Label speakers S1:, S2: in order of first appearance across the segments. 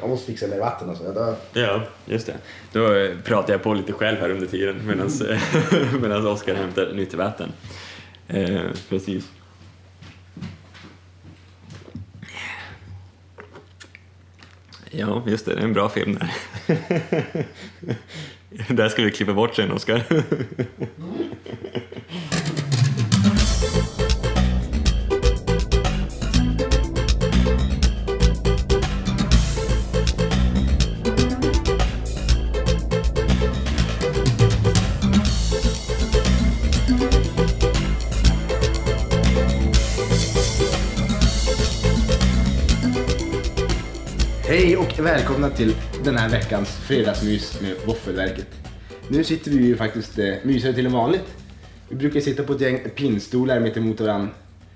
S1: Jag måste fixa mer vatten alltså. Jag dör.
S2: Ja, just det. Då eh, pratar jag på lite själv här under tiden Mm. medan Oskar hämtar nytt vatten. Eh, precis. Ja, just det. Det är en bra film där. det här ska vi klippa bort sen, Oskar.
S1: Hej och välkomna till den här veckans fredagsmys med Våffelverket. Nu sitter vi ju faktiskt eh, mysigare till än vanligt. Vi brukar sitta på ett gäng pinnstolar mitt emot varandra.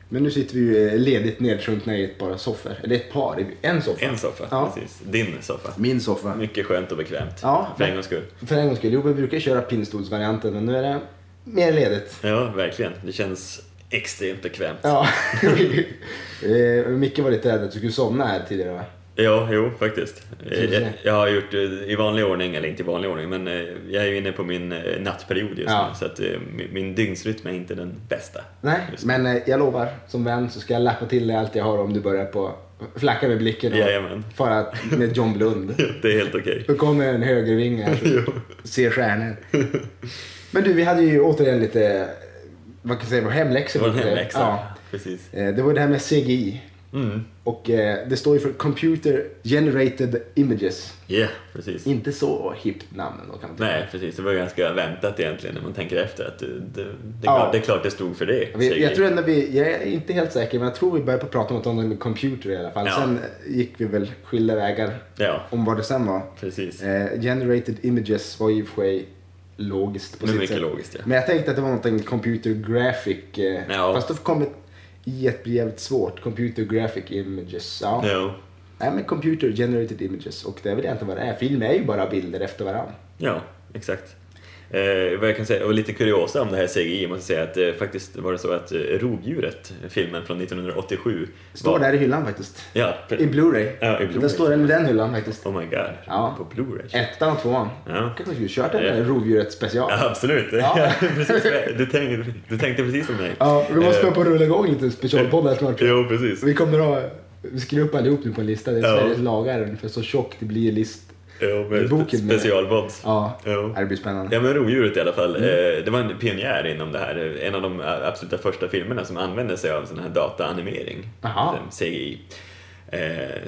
S1: Men nu sitter vi ju eh, ledigt nedsjunkna i ett par soffor. Eller ett par, i en soffa.
S2: En soffa,
S1: Ja.
S2: precis. Din soffa.
S1: Min soffa.
S2: Mycket skönt och bekvämt,
S1: Ja.
S2: för en gångs skull.
S1: För en gångs skull. Jo, vi brukar köra pinnstolsvarianten men nu är det mer ledigt.
S2: Ja, verkligen. Det känns extremt bekvämt.
S1: Ja. eh, Micke var lite rädd att du skulle somna här tidigare va?
S2: Ja, jo faktiskt.
S1: Kul.
S2: Jag, jag har gjort eh, i vanlig ordning, eller inte i vanlig ordning, men eh, jag är ju inne på min eh, nattperiod just
S1: Ja.
S2: nu. Så att eh, min min dygnsrytm är inte den bästa.
S1: Nej,
S2: Just.
S1: men eh, jag lovar. Som vän så ska jag lappa till dig allt jag har om du börjar på flacka med blicken och
S2: Jajamän.
S1: fara med John Blund.
S2: Det är helt okej.
S1: Då kommer en högervinge här och ser stjärnor. Men du, vi hade ju återigen lite, vad kan jag säga, vår hemläxa.
S2: Det var en
S1: på det.
S2: hemläxa.
S1: Ja.
S2: Precis.
S1: Eh, Det var det här med CGI.
S2: Mm.
S1: Och eh, det står ju för Computer Generated Images.
S2: Yeah, precis.
S1: Inte så hippt namn då kan man tycka.
S2: Nej, precis. Det var ganska väntat egentligen när man tänker efter. Att det, det, det, är
S1: Ja.
S2: klart, det är klart det stod för det.
S1: Vi,
S2: säger
S1: jag tror ändå vi, jag är inte helt säker, men jag tror vi började på att prata om att något med computer i alla fall.
S2: Ja.
S1: Sen gick vi väl skilda vägar
S2: Ja,
S1: om vad det sen var.
S2: precis.
S1: Eh, generated images var ju i och för sig logiskt på
S2: Men
S1: sitt
S2: mycket
S1: sätt.
S2: logiskt, ja.
S1: Men jag tänkte att det var någonting computer graphic. Eh,
S2: Ja.
S1: Fast då kom ett i ett blir jävligt svårt. Computer graphic images. Ja.
S2: Ja.
S1: Nej men computer generated images. Och det är väl egentligen vad det är. Film är ju bara bilder efter varandra.
S2: Ja, exakt. Eh, vad jag kan säga, och lite kuriosa om det här CGI, jag måste säga att eh, faktiskt var det så att eh, Rovdjuret, filmen från 1987,
S1: Står
S2: var...
S1: där i hyllan faktiskt.
S2: Ja, pre-
S1: I Blu-ray.
S2: Ja, i Blu-ray.
S1: Den står den i den hyllan faktiskt.
S2: Oh my god,
S1: Ja.
S2: på Blu-ray.
S1: Ettan och tvåan.
S2: Ja.
S1: kanske vi skulle kört den
S2: Ja.
S1: där rovdjuret special.
S2: Ja, absolut,
S1: Ja.
S2: precis, du, tänkte, du tänkte precis som mig.
S1: Ja, vi måste
S2: Eh,
S1: börja på att rulla igång lite specialpodd här snart.
S2: Jo, precis.
S1: Vi kommer att vi skriver upp allihop nu på en lista. Det är
S2: Ja.
S1: Sveriges lagar, ungefär så tjockt det blir list.
S2: Jo, med
S1: boken
S2: spe-
S1: med-
S2: specialbods.
S1: Ja, Mm.
S2: Jo.
S1: det blir spännande.
S2: Ja men rovdjuret i alla fall, eh, det var en pionjär inom det här. eh, En av de absoluta första filmerna som använde sig av sån här dataanimering,
S1: Aha.
S2: CGI. Eh,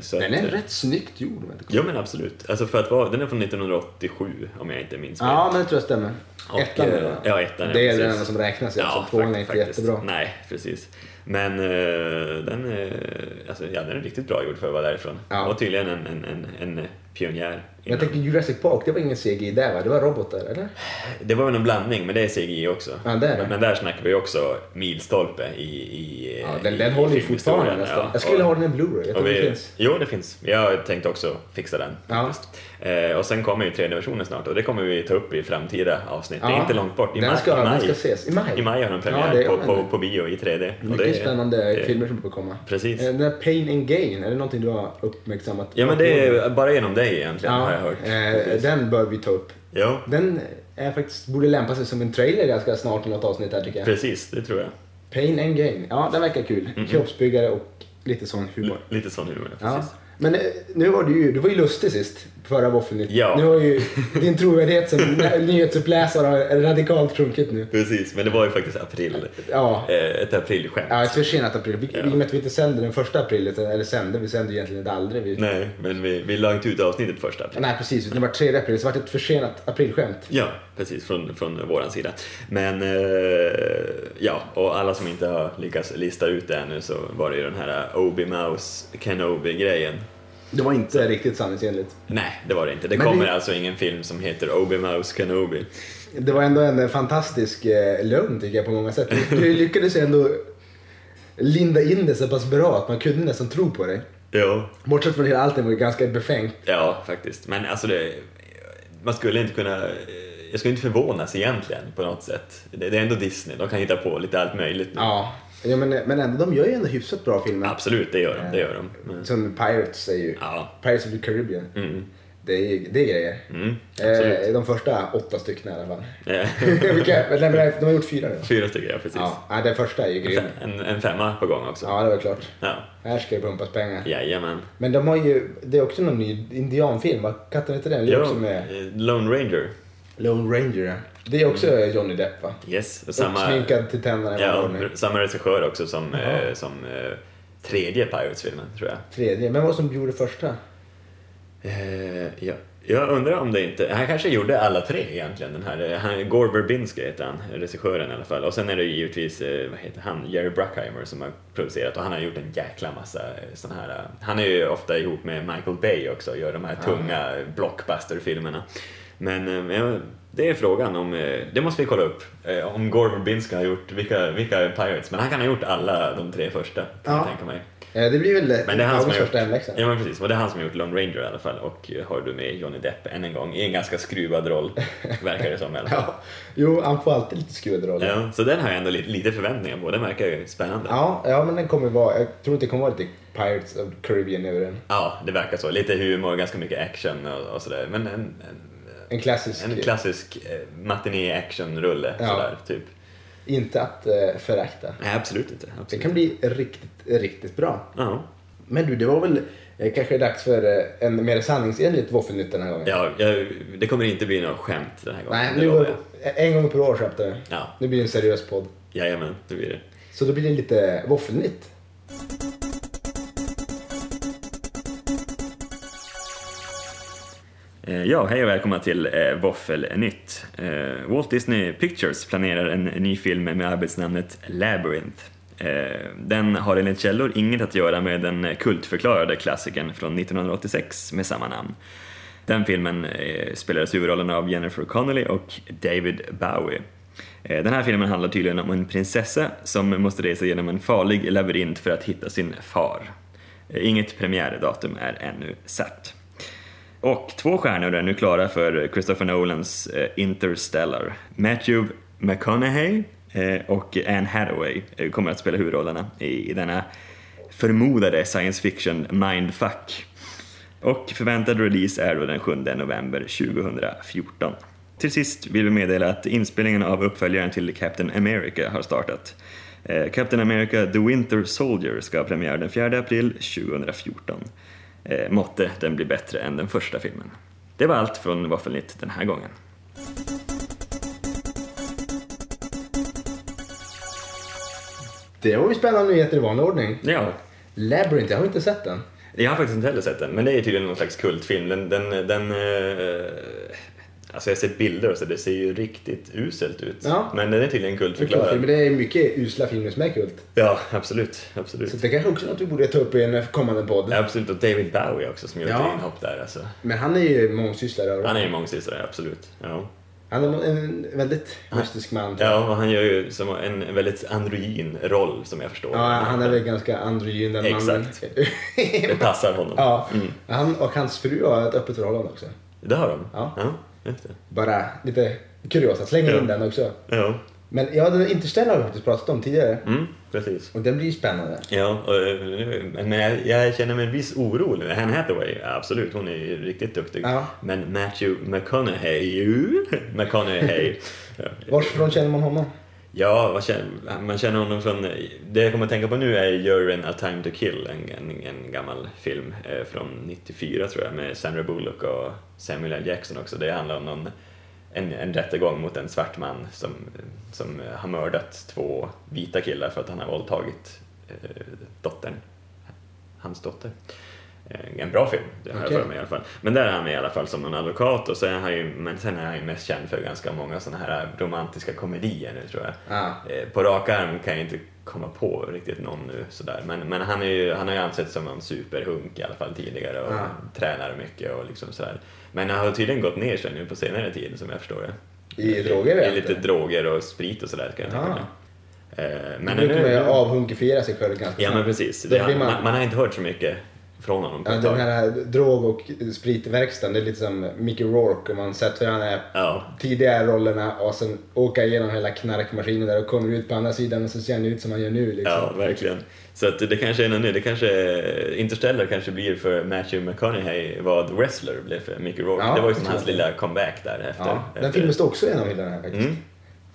S2: så
S1: Den
S2: att,
S1: är
S2: eh,
S1: rätt snyggt gjord. om jag inte kommer
S2: Ja men absolut. Alltså för att vara, den är från 1987 om jag inte minns
S1: ihåg. Ja, men det tror jag stämmer.
S2: Och,
S1: ettan
S2: eh,
S1: då.
S2: ja, ettan, ja,
S1: Det är
S2: precis.
S1: den enda som räknas. Ja, alltså, tvåan är inte
S2: faktiskt.
S1: jättebra.
S2: Nej, precis. Men eh, den, eh, alltså, ja, den är riktigt bra gjord för att vara därifrån.
S1: Ja.
S2: Och tydligen en, en, en, en pionjär.
S1: Men jag
S2: inom-
S1: tänker Jurassic Park, det var ingen CGI där va? Det var robotar, eller?
S2: Det var väl en blandning, men det är CGI också.
S1: Ja, det är det.
S2: Men, men där snackar vi också milstolpe i, i
S1: Ja,
S2: eh,
S1: den,
S2: i,
S1: den håller ju
S2: filmhistorien,
S1: fortfarande nästan.
S2: ja.
S1: jag skulle
S2: Och-
S1: ha den i en Blu-ray. Jag tror
S2: och vi,
S1: det finns.
S2: Jo, det finns. Jag tänkte också fixa den.
S1: Ja.
S2: faktiskt. Eh, och sen kommer ju tredje versionen snart och det kommer vi ta upp i framtida avsnitt. Det
S1: Ja.
S2: är inte långt bort. I
S1: Den
S2: maj,
S1: ska-
S2: i
S1: den
S2: maj.
S1: ska ses. I maj?
S2: I maj har den
S1: Ja,
S2: premiär
S1: det är-
S2: på, på, på bio i 3D. Och
S1: Mycket
S2: det-
S1: spännande
S2: det-
S1: filmer som brukar komma.
S2: Precis.
S1: Eh, Den där Pain and Gain, är det någonting du har uppmärksammat?
S2: Ja, men det är bara genom dig egentligen har jag hört.
S1: eh, den bör vi ta upp.
S2: Ja,
S1: Den är faktiskt, borde lämpa sig som en trailer ganska snart i något avsnitt här tycker jag.
S2: precis. Det tror jag.
S1: Pain and Gain. Ja, den verkar kul. Kroppsbyggare och lite sån humor.
S2: Lite sån humor.
S1: Ja.
S2: Mm. Precis.
S1: Men eh, nu var du ju, du var ju lustig sist, förra Våffelnytt.
S2: Ja.
S1: Nu har ju din trovärdighet som nä- nyhetsuppläsare har radikalt sjunkit nu.
S2: Precis, men det var ju faktiskt april.
S1: Ja.
S2: Eh, ett aprilskämt.
S1: Ja, ett försenat april. Vi, I och med att vi inte sänder den första april, utan- eller sänder, vi sänder ju egentligen inte aldrig. Vi,
S2: Nej, men vi, vi la inte ut avsnittet första april.
S1: Nej, precis. Utan det var tredje april, så det var ett försenat aprilskämt.
S2: Ja, precis, från, från våran sida. Men eh, ja, och alla som inte har lyckats lista ut det ännu så var det ju den här eh, Obi-Mouse Kenobi-grejen.
S1: Det var inte riktigt sanningsenligt.
S2: Nej, det var det inte. Det
S1: Men
S2: kommer
S1: det-
S2: alltså ingen film som heter Obi-Mouse Kenobi.
S1: Det var ändå en fantastisk eh, lögn tycker jag på många sätt. Du lyckades ju ändå linda in det så pass bra att man kunde nästan tro på dig.
S2: Ja,
S1: Bortsett från hela allt det var det ganska befängt.
S2: ja faktiskt. Men alltså, det, man skulle inte kunna... eh, Jag skulle inte förvånas egentligen på något sätt. Det, det är ändå Disney, de kan hitta på lite allt möjligt nu.
S1: Ja. Ja, men, men ändå, de gör ju ändå hyfsat bra filmer.
S2: Absolut, det gör de. Det gör de. Men,
S1: Som Pirates är ju.
S2: ja,
S1: Pirates of the Caribbean.
S2: mm,
S1: Det är, det är grejer.
S2: mm, absolut.
S1: Eh, de första åtta stycken i alla fall.
S2: Eh,
S1: Vilka, men, nej, men de har gjort fyra nu.
S2: Fyra stycken, ja precis.
S1: Ja, nej, den första är ju grym.
S2: En, en femma på gång också.
S1: Ja, det var klart.
S2: Ja.
S1: Här ska det pumpas pengar.
S2: Jajamän.
S1: Men de har ju, det är också någon ny indianfilm, vad katten heter den? Det är också
S2: Jo,
S1: med
S2: eh, Lone Ranger.
S1: Lone Ranger. ja. Det är också Johnny Depp va?
S2: Yes. Och
S1: Samma...
S2: samma,
S1: Sminkad till tänderna i
S2: ja,
S1: ja,
S2: samma regissör också som, eh,
S1: Jaha.
S2: som eh, tredje Pirates-filmen, tror jag.
S1: Tredje, men vad som gjorde första?
S2: Eh, ja. Jag undrar om det inte... Han kanske gjorde alla tre egentligen. Den här, eh, han, Gore Verbinski heter han, regissören i alla fall. Och sen är det ju givetvis, eh, vad heter han, Jerry Bruckheimer som har producerat och han har gjort en jäkla massa sådana här... eh, Han är ju ofta ihop med Michael Bay också och gör de här tunga blockbuster-filmerna. Men eh, men jag- det är frågan om, eh, det måste vi kolla upp, eh, om Gore Verbinski har gjort, vilka, vilka Pirates? Men han kan ha gjort alla de tre första, kan
S1: Ja.
S2: jag tänka mig.
S1: Eh, det blir väl
S2: Men det är han som
S1: August
S2: har
S1: första
S2: gjort-
S1: hemläxa.
S2: Ja men precis, och det är han som har gjort Lone Ranger i alla fall och har du med Johnny Depp än en gång i en ganska skruvad roll, verkar det som i alla fall.
S1: Ja. Jo, han får alltid lite skruvad roll. Ja.
S2: Ja, så den har jag ändå lite, lite förväntningar på, den verkar ju spännande. Ja.
S1: Ja, men den kommer vara, jag tror inte det kommer vara lite Pirates of the Caribbean över den.
S2: det verkar så. Lite humor, ganska mycket action och, och sådär. Men en, en,
S1: En klassisk,
S2: en klassisk eh, matiné-action-rulle
S1: Ja.
S2: sådär, typ.
S1: inte att eh, förakta.
S2: Nej, absolut inte.
S1: Det
S2: Absolut.
S1: kan bli riktigt, riktigt bra.
S2: Ja.
S1: Men du, det var väl eh, kanske dags för eh, en mer sanningsenligt våffelnytt den här gången.
S2: Ja, jag, det kommer inte bli något skämt den här gången.
S1: Nej,
S2: det
S1: nu
S2: lovar
S1: var,
S2: jag.
S1: en gång per år skämtar vi.
S2: Ja,
S1: Nu blir det en seriös podd.
S2: jajamän, det blir det.
S1: Så då blir det lite våffelnytt.
S2: Eh, Ja, hej och välkomna till eh, Våffelnytt. Eh, Walt Disney Pictures planerar en ny film med arbetsnamnet Labyrinth. Eh, Den har enligt källor inget att göra med den kultförklarade klassikern från 1986 med samma namn. Den filmen eh, spelades huvudrollerna av Jennifer Connelly och David Bowie. Eh, Den här filmen handlar tydligen om en prinsessa som måste resa genom en farlig labyrint för att hitta sin far. Eh, Inget premiärdatum är ännu satt. Och två stjärnor är nu klara för Christopher Nolans eh, Interstellar. Matthew McConaughey eh, och Anne Hathaway eh, kommer att spela huvudrollerna i, i denna förmodade science fiction mindfuck. Och förväntad release är då den 7 november 2014. Till sist vill vi meddela att inspelningen av uppföljaren till Captain America har startat. Eh, Captain America The Winter Soldier ska ha premiär den 4 april 2014. Eh, Måtte den bli bättre än den första filmen. Det var allt från Våffelnytt den här gången.
S1: Det var ju spännande nyheter i vanlig ordning.
S2: Ja,
S1: Labyrinth, jag har inte sett den.
S2: jag har faktiskt inte heller sett den, men det är tydligen någon slags kultfilm. Den, den, den, eh, alltså jag har sett bilder och så, det ser ju riktigt uselt ut.
S1: Ja.
S2: Men den är tydligen
S1: Förklara.
S2: kultförklarad.
S1: Men det är mycket usla filmer som är kult.
S2: Ja, absolut.
S1: Så
S2: absolut.
S1: det kanske också är något vi borde ta upp i en kommande podd.
S2: Absolut, och David Bowie också som gjorde
S1: Ja.
S2: ett inhopp där. Alltså.
S1: Men han är ju mångsysslare.
S2: Han
S1: Han,
S2: är ju mångsysslare, absolut. Ja.
S1: han är en väldigt mystisk man. Ja.
S2: ja, och han gör ju som en väldigt androgyn roll som jag förstår.
S1: han är väl ganska androgyn den
S2: Exakt. Mm.
S1: mannen.
S2: Det passar honom.
S1: ja. Han och hans fru har ett öppet förhållande också.
S2: Det har de?
S1: Ja.
S2: just det.
S1: Bara lite kuriosa, slänger
S2: Ja.
S1: in den också.
S2: Ja,
S1: Men ja, den Interstellar har vi faktiskt pratat om tidigare.
S2: mm, precis.
S1: Och den blir ju spännande.
S2: Ja, och, eh, nu- men jag, jag känner mig en viss oro nu. Anne Hathaway, absolut, hon är ju riktigt duktig.
S1: Ja.
S2: Men Matthew McConaughey, McConaughey.
S1: Varifrån känner man honom?
S2: Ja, vad känner, man känner honom från... Det jag kommer att tänka på nu är Jurin A Time To Kill, en, en, en gammal film eh, från 94 tror jag, med Sandra Bullock och Samuel L. Jackson också. Det handlar om någon, en, en rättegång mot en svart man som, som har mördat två vita killar för att han har våldtagit eh, dottern, hans dotter. Eh, En bra film, det har
S1: Okej.
S2: jag för mig i alla fall. Men där är han med i alla fall som någon advokat och så är han ju, men sen är han ju mest känd för ganska många såna här romantiska komedier nu tror jag.
S1: Ah.
S2: Eh, På rak arm kan jag inte komma på riktigt någon nu sådär. Men, men han, är ju, han har ju ansetts som en superhunk i alla fall tidigare och
S1: Ja.
S2: tränar mycket och liksom sådär. Men han har tydligen gått ner sig nu på senare tid som jag förstår det.
S1: I droger
S2: I
S1: vet
S2: lite
S1: du.
S2: droger och sprit och sådär kan jag tänka
S1: Ja.
S2: mig. Eh,
S1: Men
S2: Men
S1: nu
S2: nu...
S1: kommer avhunkifiera sig själv ganska
S2: Ja men
S1: snabbt.
S2: precis.
S1: Då
S2: Det,
S1: blir man-
S2: man, man har inte hört så mycket från honom på
S1: Ja,
S2: ett
S1: den
S2: tag.
S1: här eh, drog och spritverkstaden, det är lite som Mickey Rourke. Om man sett hur han är
S2: Ja.
S1: tidigare rollerna och sen åka igenom hela knarkmaskinen där och kommer ut på andra sidan och så ser han ut som han gör nu. Liksom.
S2: Ja, verkligen. Så att det kanske är något nytt. Det kanske, Interstellar kanske blir för Matthew McConaughey vad Wrestler blev för Mickey Rourke.
S1: Ja,
S2: det var ju
S1: det
S2: som
S1: tror
S2: hans
S1: jag.
S2: lilla comeback där efter.
S1: Ja,
S2: efter- Mm.
S1: den filmen står också i en av hyllorna här faktiskt.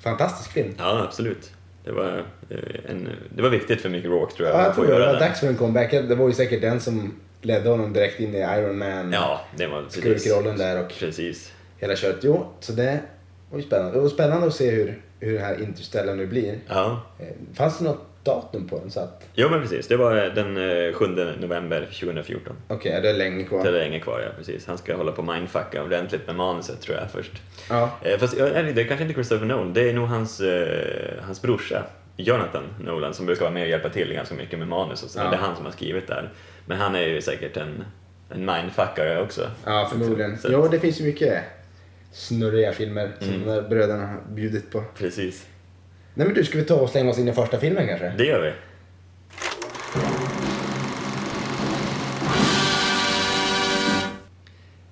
S1: Fantastisk film.
S2: Ja, absolut. Det var, eh, en, det var viktigt för Mickey Rourke tror jag.
S1: Ja,
S2: att
S1: jag
S2: få
S1: tror det
S2: göra
S1: var
S2: den.
S1: dags för en comeback. Det var ju säkert den som ledde honom direkt in i Iron Man,
S2: Ja, det var precis.
S1: skurkrollen där och
S2: Precis.
S1: hela köret. Jo, så det var ju spännande. Det var spännande att se hur, hur den här Interstellar nu blir.
S2: Ja.
S1: Eh, Fanns det något datum på den? så att
S2: Jo men precis, det var den eh, 7 november 2014.
S1: Okej, det är länge
S2: Så det
S1: kvar.
S2: är länge kvar, ja precis. Han ska hålla på och mindfucka ordentligt med manuset tror jag först.
S1: Ja.
S2: Eh, Fast ja, nej, det är kanske inte Christopher Nolan, det är nog hans, eh, hans brorsa Jonathan Nolan som brukar vara med och hjälpa till ganska mycket med manus och sådär.
S1: Ja.
S2: Det är han som har skrivit där. Men han är ju säkert en, en mindfuckare också.
S1: Ja, förmodligen.
S2: Så-
S1: Jo, det finns ju mycket snurriga filmer som
S2: Mm.
S1: de där bröderna har bjudit på.
S2: Precis,
S1: Nej men du, ska vi ta och slänga oss in i första filmen kanske?
S2: det gör vi.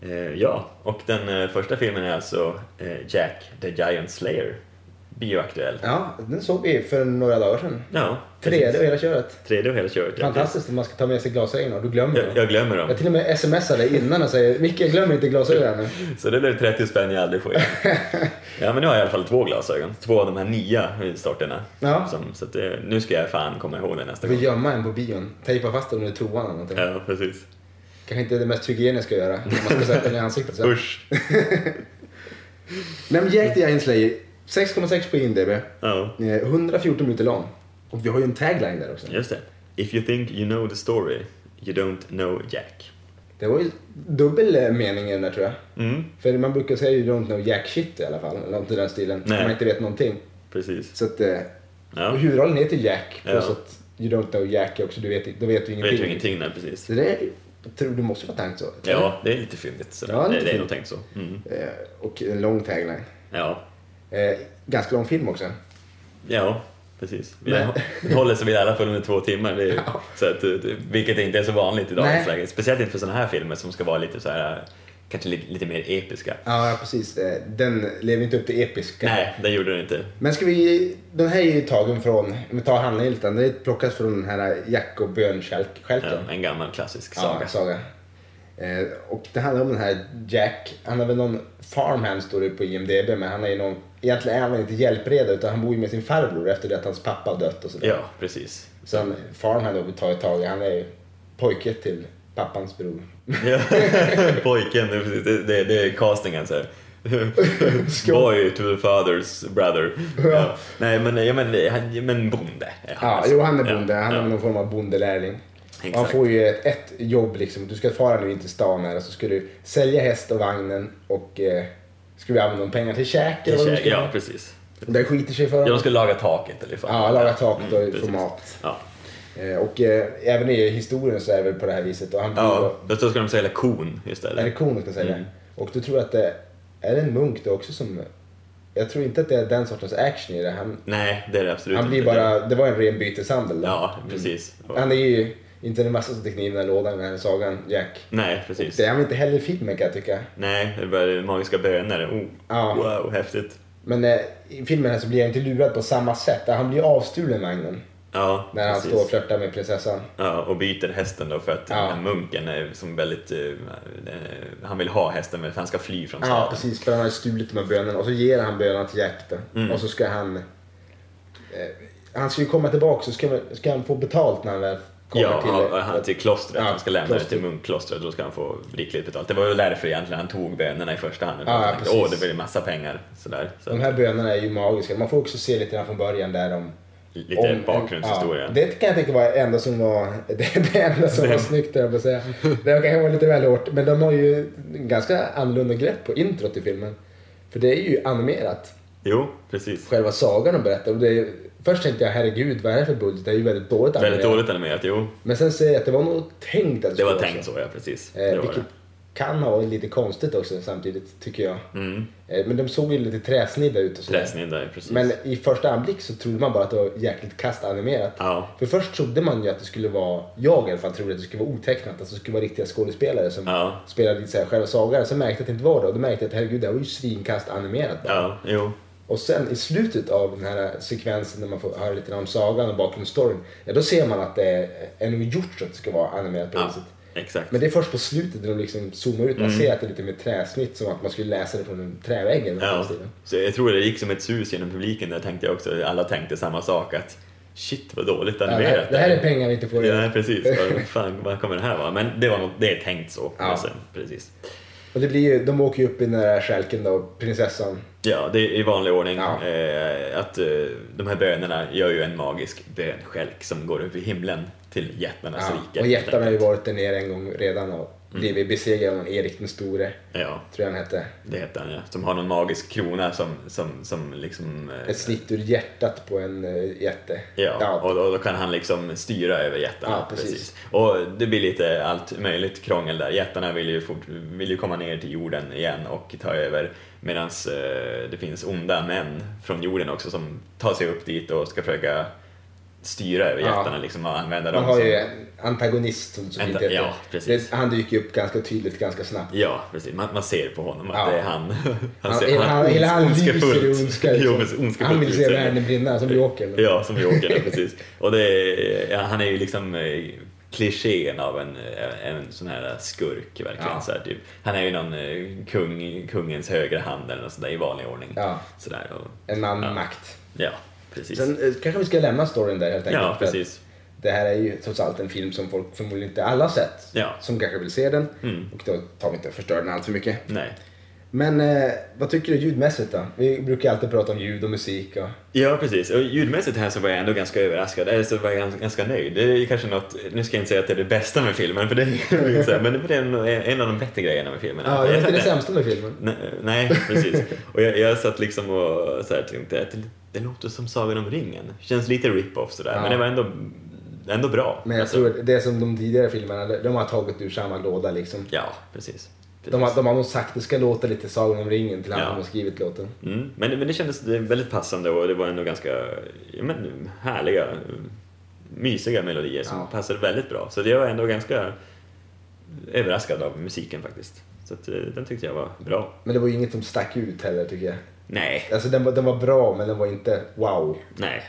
S2: Eh, Ja, och den eh, första filmen är alltså eh, Jack the Giant Slayer, bioaktuell.
S1: Ja, den såg vi för några dagar sedan.
S2: Ja, precis.
S1: 3D och hela köret.
S2: 3D och hela köret. ja,
S1: Fantastiskt att man ska ta med sig glasögon och du glömmer
S2: Jag,
S1: dem.
S2: jag glömmer dem.
S1: Jag till och med smsar dig innan och säger Micke, glöm inte glasögonen nu.
S2: Så det blev 30 spänn jag aldrig får igen. Ja men nu har jag i alla fall två glasögon. Två av de här nya sorterna.
S1: Ja.
S2: Som, så att det, nu ska jag fan komma ihåg det nästa
S1: Du får
S2: gång.
S1: gömma en på bion. Tejpa fast den under toan eller någonting.
S2: Ja, precis.
S1: Kanske inte det mest hygieniska att göra. om Man ska sätta den i ansiktet sen.
S2: Usch.
S1: Nej men Jack the Giant Slayer. 6,6 på IMDB.
S2: Ja,
S1: Eh, 114 minuter lång. Och vi har ju en tagline där också.
S2: just det. If you think you know the story, you don't know Jack.
S1: Det var ju dubbel eh, mening i den där tror jag.
S2: Mm,
S1: För man brukar säga you don't know jack shit i alla fall. Eller något i den stilen.
S2: Nej.
S1: Om man inte vet någonting.
S2: precis.
S1: Så att, eh,
S2: Ja,
S1: och huvudrollen heter Jack.
S2: Ja.
S1: Plus att you don't know jack är också, du vet, då vet du ingenting.
S2: vet ju ingenting där precis.
S1: Så det är, jag tror det måste vara tänkt så.
S2: Ja, det är lite fyndigt. Så
S1: Ja,
S2: det,
S1: lite
S2: det är nog
S1: fyndigt.
S2: tänkt så. Mm.
S1: Eh, och en lång tagline.
S2: Ja,
S1: Eh, ganska lång film också.
S2: Ja, precis. Vi
S1: Men-
S2: har- håller sig vid i alla fall under två timmar. Det är, så att, eh, vilket inte är så vanligt i dagens
S1: Nej.
S2: läge. Speciellt inte för sådana här filmer som ska vara lite så här, kanske lite, lite mer episka.
S1: Ja, ja, precis. Eh, den lever inte upp till episka.
S2: Nej, det gjorde den inte.
S1: Men ska vi... Den här är ju tagen från... Om vi tar handlingen lite. Den är plockat från den här Jack och bönstjälken.
S2: Ja, en gammal klassisk saga.
S1: Ja, saga. Eh, och det handlar om den här Jack. Han har väl någon farmhand står det på IMDB men han är ju någon, egentligen är han väl inte hjälpreda utan han bor ju med sin farbror efter det att hans pappa har dött och sådär.
S2: Ja, precis.
S1: Så han, farmhand har tagit tag i, han är ju pojke till pappans bror.
S2: Ja. Pojken, det är precis. Det, det, det är castingen så här. Boy to the father's brother. Ja. Nej men, ja, men, han, men bonde är han
S1: Ja,
S2: alltså.
S1: jo han är bonde, han
S2: ja.
S1: är någon form av bondelärling. Och Han
S2: Exakt.
S1: får ju ett, ett jobb liksom, du ska fara nu in till stan här och så ska du sälja häst och vagnen och eh, ska vi använda de pengarna till käk eller vad du ska
S2: Ja,
S1: göra.
S2: precis.
S1: Det skiter sig för
S2: Ja,
S1: honom.
S2: de ska laga taket eller fan. Mm,
S1: Ja, laga taket och få
S2: precis.
S1: mat.
S2: Ja.
S1: Eh, Och eh, även i historien så är det väl på det här viset. Och han blir
S2: Ja,
S1: då,
S2: då ska de sälja kon istället.
S1: är det kon ska säga.
S2: Mm.
S1: Och du tror att det är det en munk då också som... Jag tror inte att det är den sortens action i det. Han,
S2: Nej, det är det absolut
S1: han blir
S2: inte.
S1: bara... Mm. Det var en ren byteshandel. då.
S2: Ja, precis.
S1: Han är ju inte den vassaste kniven i lådan med den här sagan, Jack.
S2: Nej, precis.
S1: Det är han inte heller i filmen kan jag tycka.
S2: Nej, det är bara magiska bönor. Oh,
S1: Ja.
S2: Wow, häftigt.
S1: Men eh, i filmen här så blir han inte lurad på samma sätt. Han blir avstulen vagnen
S2: Ja,
S1: när han
S2: precis.
S1: står och flörtar med prinsessan.
S2: Ja, och byter hästen då för att
S1: Ja.
S2: den här munken är som väldigt... eh, eh, han vill ha hästen men för han ska fly från
S1: Ja, precis. För han har stulit de här bönorna och så ger han bönan till Jack då.
S2: Mm.
S1: Och så ska han... Eh, han ska ju komma tillbaka så ska, ska han få betalt när han väl kommer
S2: Ja,
S1: till...
S2: ja, han, till klostret.
S1: Ja,
S2: han ska lämna
S1: klostret.
S2: det till munkklostret då ska han få rikligt betalt. Det var väl därför egentligen han tog bönorna i första hand.
S1: Ja,
S2: Han
S1: ja,
S2: tänkte,
S1: precis.
S2: Åh, det blir massa pengar. Sådär. Så
S1: De här bönorna är ju magiska. Man får också se lite grann från början där om...
S2: lite
S1: om-
S2: bakgrundshistoria.
S1: Ja, det kan jag tänka var det enda som var, det, det enda som var snyggt, höll jag på att säga. Det var kanske var lite väl hårt, men de har ju ganska annorlunda grepp på introt i filmen. För det är ju animerat.
S2: Jo, precis.
S1: Själva sagan de berättar. Och det är, först tänkte jag, herregud, vad är det för budget? Det är ju väldigt dåligt
S2: Väldigt
S1: animerat.
S2: dåligt animerat, jo.
S1: Men sen säger jag att det var nog tänkt att
S2: Det var
S1: skulle
S2: tänkt
S1: vara
S2: så, ja precis.
S1: Eh,
S2: det var
S1: vilket
S2: det.
S1: kan ha varit lite konstigt också samtidigt tycker jag.
S2: Mm.
S1: Eh, Men de såg ju lite träsnidda ut och så.
S2: Träsniddar, precis.
S1: Men i första anblick så trodde man bara att det var jäkligt kast animerat.
S2: Ja.
S1: För först trodde man ju att det skulle vara, jag i alla fall trodde att det skulle vara otecknat, alltså det skulle vara riktiga skådespelare som
S2: Ja.
S1: spelade lite så här själva sagan. Sen märkte jag att det inte var det och då märkte jag att herregud det här var ju svinkast animerat bara.
S2: Ja, jo.
S1: Och sen i slutet av den här sekvensen när man får höra lite om sagan och bakgrundsstoryn, ja då ser man att det är är nog gjort så att det ska vara animerat på det
S2: Ja, Mm.
S1: viset.
S2: exakt.
S1: Men det är först på slutet när de liksom zoomar ut, man ser att det är lite mer träsnitt som att man skulle läsa det från en trävägg eller
S2: Ja,
S1: något ja.
S2: så jag tror det gick som ett sus genom publiken där tänkte jag också, alla tänkte samma sak att shit vad dåligt
S1: Ja, det, här,
S2: animerat
S1: det här är pengar vi inte får
S2: Ja,
S1: igen.
S2: nej, precis. Vad, fan, vad kommer det här vara? Men det, var något, det är tänkt så.
S1: Ja.
S2: Och sen, precis.
S1: Och det blir ju, de åker ju upp i den där stjälken då, prinsessan.
S2: Ja, det är i vanlig ordning
S1: Ja.
S2: eh, att eh, de här bönerna gör ju en magisk bönskälk som går upp i himlen till jättarnas
S1: Ja.
S2: rike.
S1: Och jättarna har ju varit där nere en gång redan och
S2: Mm.
S1: blivit besegrade av Erik den store,
S2: Ja,
S1: tror jag han hette.
S2: det heter han ja. Som har någon magisk krona som, som, som liksom... eh,
S1: Ett snitt ur hjärtat på en eh, jätte.
S2: Ja, och då, då kan han liksom styra över jättarna.
S1: Ja, precis.
S2: Och det blir lite allt möjligt krångel där. Jättarna vill ju, fort, vill ju komma ner till jorden igen och ta över medan eh, det finns onda män från jorden också som tar sig upp dit och ska försöka styra över
S1: Ja.
S2: jättarna liksom, och använda
S1: Man
S2: dem.
S1: har
S2: som-
S1: ju en antagonist som så fint
S2: Anta-
S1: heter.
S2: ja, precis.
S1: Det- Han dyker upp ganska tydligt ganska snabbt.
S2: Ja, precis. Man, man ser på honom att
S1: Ja.
S2: det är han.
S1: Han, hela han, hela han lyser i ondska.
S2: Jo,
S1: liksom.
S2: precis, ondskefullt
S1: han vill se
S2: utseende.
S1: världen brinna som Joker.
S2: Ja, som Joker, ja, precis. Och det, är- ja, han är ju liksom eh, klichén av en, eh, en sån här skurk verkligen.
S1: Ja.
S2: Så här, typ. Han är ju någon eh, kung, kungens högra hand eller något sånt där i vanlig ordning.
S1: Ja.
S2: Så där, och,
S1: En man med
S2: Ja.
S1: makt.
S2: ja, precis.
S1: Sen eh, kanske vi ska lämna storyn där helt enkelt.
S2: ja,
S1: för att-
S2: precis.
S1: Det här är ju trots allt en film som folk förmodligen inte alla har sett.
S2: Ja.
S1: Som kanske vill se den.
S2: Mm.
S1: Och då tar vi inte och förstör den allt för mycket.
S2: Nej.
S1: Men eh, vad tycker du ljudmässigt då? Vi brukar alltid prata om ljud och musik och...
S2: Ja, precis. Och ljudmässigt här så var jag ändå ganska överraskad, eller så var jag ganska, ganska nöjd. Det är ju kanske något, nu ska jag inte säga att det är det bästa med filmen, för det är ju så här, men det är en, en av de bättre grejerna med filmen.
S1: Ja, det är inte det
S2: Jag-
S1: sämsta med filmen.
S2: Nej, nej, precis. Och jag, jag satt liksom och så här tänkte att det, det låter som Sagan om ringen. Känns lite rip-off sådär,
S1: Ja.
S2: men det var ändå, ändå bra.
S1: Men jag
S2: Alltså,
S1: tror det är som de tidigare filmerna, de har tagit ur samma låda liksom.
S2: Ja, precis. precis.
S1: De har, de har nog sagt det ska låta lite Sagan om ringen till han
S2: Ja.
S1: som har skrivit låten.
S2: Mm. Men, men det kändes det, väldigt passande och det var ändå ganska ja, men, härliga, mysiga melodier som
S1: Ja.
S2: passade väldigt bra. Så jag var ändå ganska överraskad av musiken faktiskt. Så att, eh, den tyckte jag var bra.
S1: Men det var ju inget som stack ut heller tycker jag.
S2: Nej,
S1: Alltså den var, den var bra men den var inte wow.
S2: nej.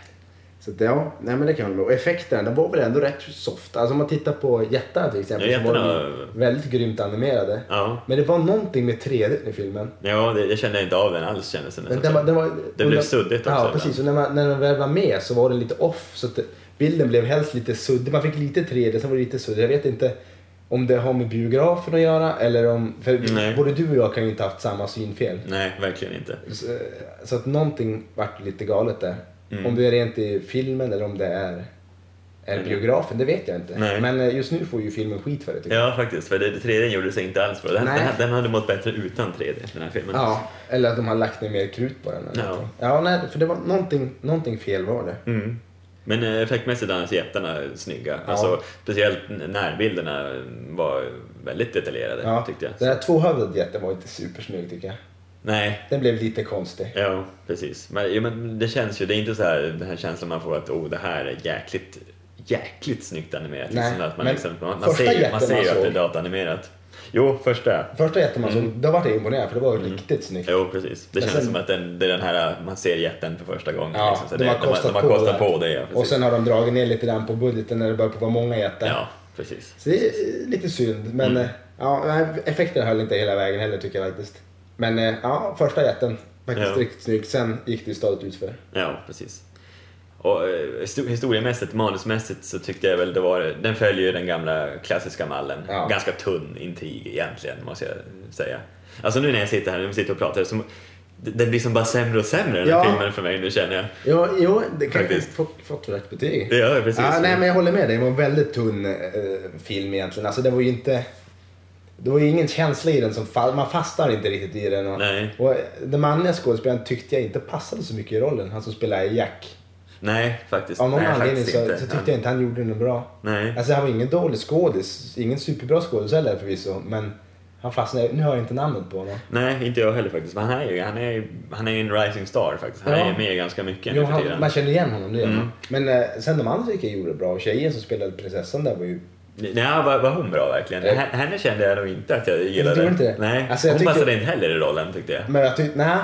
S1: Så att, ja, nej men det kan jag hålla med om. Och effekterna, de var väl ändå rätt soft. Alltså om man tittar på jättarna till exempel
S2: Ja,
S1: så var de
S2: jättarna-
S1: ju väldigt grymt animerade.
S2: Ja,
S1: Men det var någonting med 3D i filmen.
S2: ja det, jag kände inte av den alls kändes det
S1: Den,
S2: nästan
S1: den var, den
S2: som.
S1: var,
S2: Alltså, Det blev suddigt också
S1: Ja,
S2: ibland.
S1: precis. Och när, man, när den väl var med så var den lite off. Så att det- bilden blev helst lite suddig. Man fick lite 3D, sen var det lite suddigt. Jag vet inte om det har med biografen att göra eller om... För
S2: Nej.
S1: både du och jag kan ju inte ha haft samma synfel.
S2: Nej, verkligen inte.
S1: Så, eh, så att någonting vart lite galet där.
S2: Mm.
S1: Om det är rent i filmen eller om det är, är biografen, det vet jag inte.
S2: Nej.
S1: Men eh, just nu får ju filmen skit för det tycker jag.
S2: Ja, faktiskt. För det, det 3D gjorde sig inte alls bra. Den, den,
S1: Nej.
S2: här- den hade mått bättre utan 3D, den här filmen.
S1: Ja, eller att de har lagt ner mer krut på den. Eller
S2: Ja.
S1: någonting. ja nej, för det var någonting, någonting fel var det.
S2: Mm. Men eh, effektmässigt annars är jättarna snygga.
S1: Ja.
S2: Alltså, speciellt n- närbilderna var väldigt detaljerade,
S1: Ja.
S2: tyckte jag.
S1: Den här tvåhövdade jätten var inte supersnygg tycker jag.
S2: Nej,
S1: Den blev lite konstig.
S2: ja, precis. Men, ja, men det känns ju, det är inte så här, den här känslan man får att oh, det här är jäkligt, jäkligt snyggt animerat.
S1: Nej,
S2: Liksom, att man,
S1: men
S2: liksom, man, man
S1: första
S2: ser ju man
S1: jätten
S2: ser ju
S1: man
S2: att det är
S1: såg.
S2: datanimerat. Jo, första.
S1: Första jätten man
S2: Mm.
S1: såg, då vart jag imponerad för det var riktigt snyggt.
S2: Jo, precis. Det
S1: Men
S2: känns
S1: sen-
S2: som att den, det är den här, man ser jätten för första gången.
S1: Ja,
S2: liksom. Så
S1: de
S2: det-
S1: har kostat
S2: de har
S1: på
S2: kostat
S1: det.
S2: på det. Ja,
S1: Och
S2: precis.
S1: sen har de dragit ner lite grann på budgeten när det börjar vara många jättar.
S2: Ja, Mm. precis.
S1: Så det är eh, lite synd. Men eh, ja, nej, effekterna höll inte hela vägen heller tycker jag faktiskt. Men eh, ja, första jätten. Faktiskt
S2: Ja.
S1: riktigt snygg. Sen gick det ju stadigt utför.
S2: Ja, precis. Och eh, histo- historiemässigt, manusmässigt så tyckte jag väl det var, den följer ju den gamla klassiska mallen.
S1: Ja.
S2: Ganska tunn intrig egentligen, måste jag säga. Alltså nu när jag sitter här, när vi sitter och pratar, så, det- det blir som bara sämre och sämre den här
S1: Ja.
S2: filmen för mig nu känner jag.
S1: Jo, jo det kanske
S2: Faktiskt.
S1: inte fått, fått rätt betyg.
S2: Det gör jag precis.
S1: Ja, nej, men jag håller med dig. Det var en väldigt tunn eh, film egentligen. Alltså, det var ju inte... Det var ju ingen känsla i den som fall, man fastnar inte riktigt i den. Och,
S2: Nej.
S1: och eh, den manliga skådespelaren tyckte jag inte passade så mycket i rollen. Han som spelar Jack.
S2: Nej, faktiskt.
S1: Av någon
S2: nej,
S1: anledning
S2: faktiskt Mm.
S1: så, så tyckte jag inte han gjorde den bra.
S2: Nej.
S1: Alltså han var ingen dålig skådis. Ingen superbra skådis heller förvisso. Men Han fastnade, nu har jag inte namnet på honom.
S2: Nej, inte jag heller faktiskt. Men han är ju, han är, ju- han är ju en rising star faktiskt.
S1: Ja.
S2: Han är ju med ganska mycket
S1: Jo,
S2: nu för
S1: han,
S2: tiden.
S1: man känner igen honom, det gör
S2: Mm.
S1: man. Men eh, sen de andra tycker jag gjorde det bra. Och tjejen som spelade prinsessan där var ju...
S2: Nej, var, var hon bra verkligen?
S1: Eh.
S2: H- Henne kände jag nog inte att jag gillade.
S1: Du gjorde inte det?
S2: Nej,
S1: Alltså, jag
S2: hon
S1: tycker-
S2: passade inte heller i rollen tyckte jag.
S1: Men jag tyckte, nej,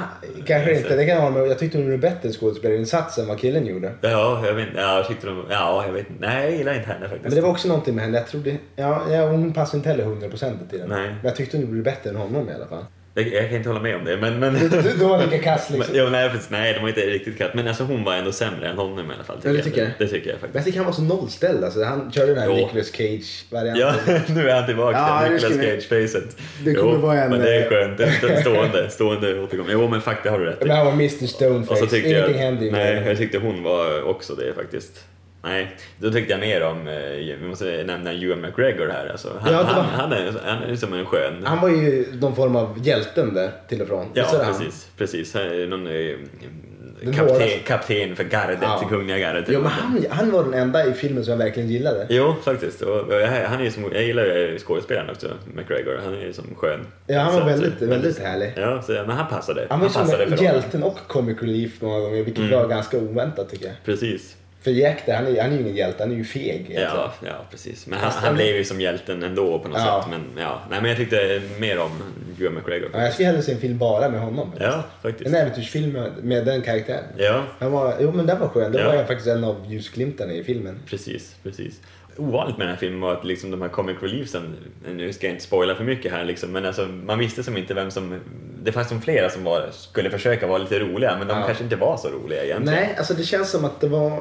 S1: kanske
S2: Just
S1: inte.
S2: det.
S1: Det kan jag hålla med om. Jag tyckte hon gjorde bättre skådespelarinsats än vad killen gjorde.
S2: Ja, jag vet inte. Ja, jag tyckte de... Ja, jag vet inte. Nej, jag gillar inte henne faktiskt.
S1: Men det var också någonting med henne. Jag trodde, ja, ja, hon passade inte heller 100% i den.
S2: Nej.
S1: Men jag tyckte hon gjorde bättre än honom i alla fall.
S2: Jag, jag kan inte hålla med om det, men... men...
S1: Du, du var lika kass
S2: men
S1: liksom.
S2: jo, nej, precis, nej, de var inte riktigt katt. Men alltså hon var ändå sämre än honom i alla fall.
S1: Ja, det tycker jag.
S2: Det tycker jag
S1: Men jag
S2: faktiskt.
S1: tycker han var så nollställd alltså. Han körde den här
S2: Jo.
S1: Nicolas Cage-varianten.
S2: Ja, nu är han tillbaka
S1: Ja,
S2: till
S1: nu
S2: Nicolas
S1: ska vi-
S2: Cage-facet.
S1: Det kommer
S2: Jo,
S1: vara en- eh,
S2: Men det är skönt. Det är en stående, stående återgång. Jo, men faktiskt, det har du rätt i.
S1: Men han var Mr
S2: Och så
S1: Stoneface.
S2: tyckte
S1: Ingenting
S2: jag,
S1: hände ju med
S2: nej,
S1: honom.
S2: jag tyckte hon var också det faktiskt. Nej, då tyckte jag mer om, eh, vi måste nämna Ewan McGregor här alltså. Han,
S1: Ja, det var-
S2: han, han, är, han är som en skön...
S1: Han var ju någon form av hjälten där till och från. Visst är
S2: ja,
S1: det han?
S2: precis. precis. Han är Någon, eh,
S1: hårdaste.
S2: kapten, kapten för gardet,
S1: Ja.
S2: det kungliga gardet. typ.
S1: Jo, men han, han var den enda i filmen som jag verkligen gillade.
S2: Jo, faktiskt. Och jag, han är ju som, jag gillar ju skådespelaren också, McGregor. Han är ju som skön.
S1: Ja, han var
S2: Så-
S1: väldigt,
S2: så-
S1: väldigt härlig.
S2: Ja, så, men han passade.
S1: Han var
S2: passade
S1: som
S2: för Mm. rollen.
S1: hjälten och comic relief många gånger, vilket var ganska oväntat tycker jag.
S2: Precis.
S1: För Jack där, han är, han är ju ingen hjälte, han är ju feg egentligen.
S2: Ja, ja, precis. Men han,
S1: Fast
S2: han
S1: han-
S2: blev ju som hjälten ändå på något
S1: Ja.
S2: sätt. Men, ja. Nej, men jag tyckte mer om Ewan McGregor.
S1: Ja, jag skulle hellre se en film bara med honom.
S2: Ja,
S1: En
S2: faktiskt.
S1: äventyrsfilm med, med den karaktären.
S2: Ja,
S1: Han var, jo men den var skön, det
S2: Ja.
S1: var jag faktiskt en av ljusglimtarna i filmen.
S2: precis, precis. Ovanligt med den här filmen var att liksom de här comic reliefsen, nu ska jag inte spoila för mycket här liksom, men alltså, man visste som inte vem som... Det fanns som flera som var, skulle försöka vara lite roliga, men de
S1: Ja.
S2: kanske inte var så roliga egentligen.
S1: Nej, alltså det känns som att det var...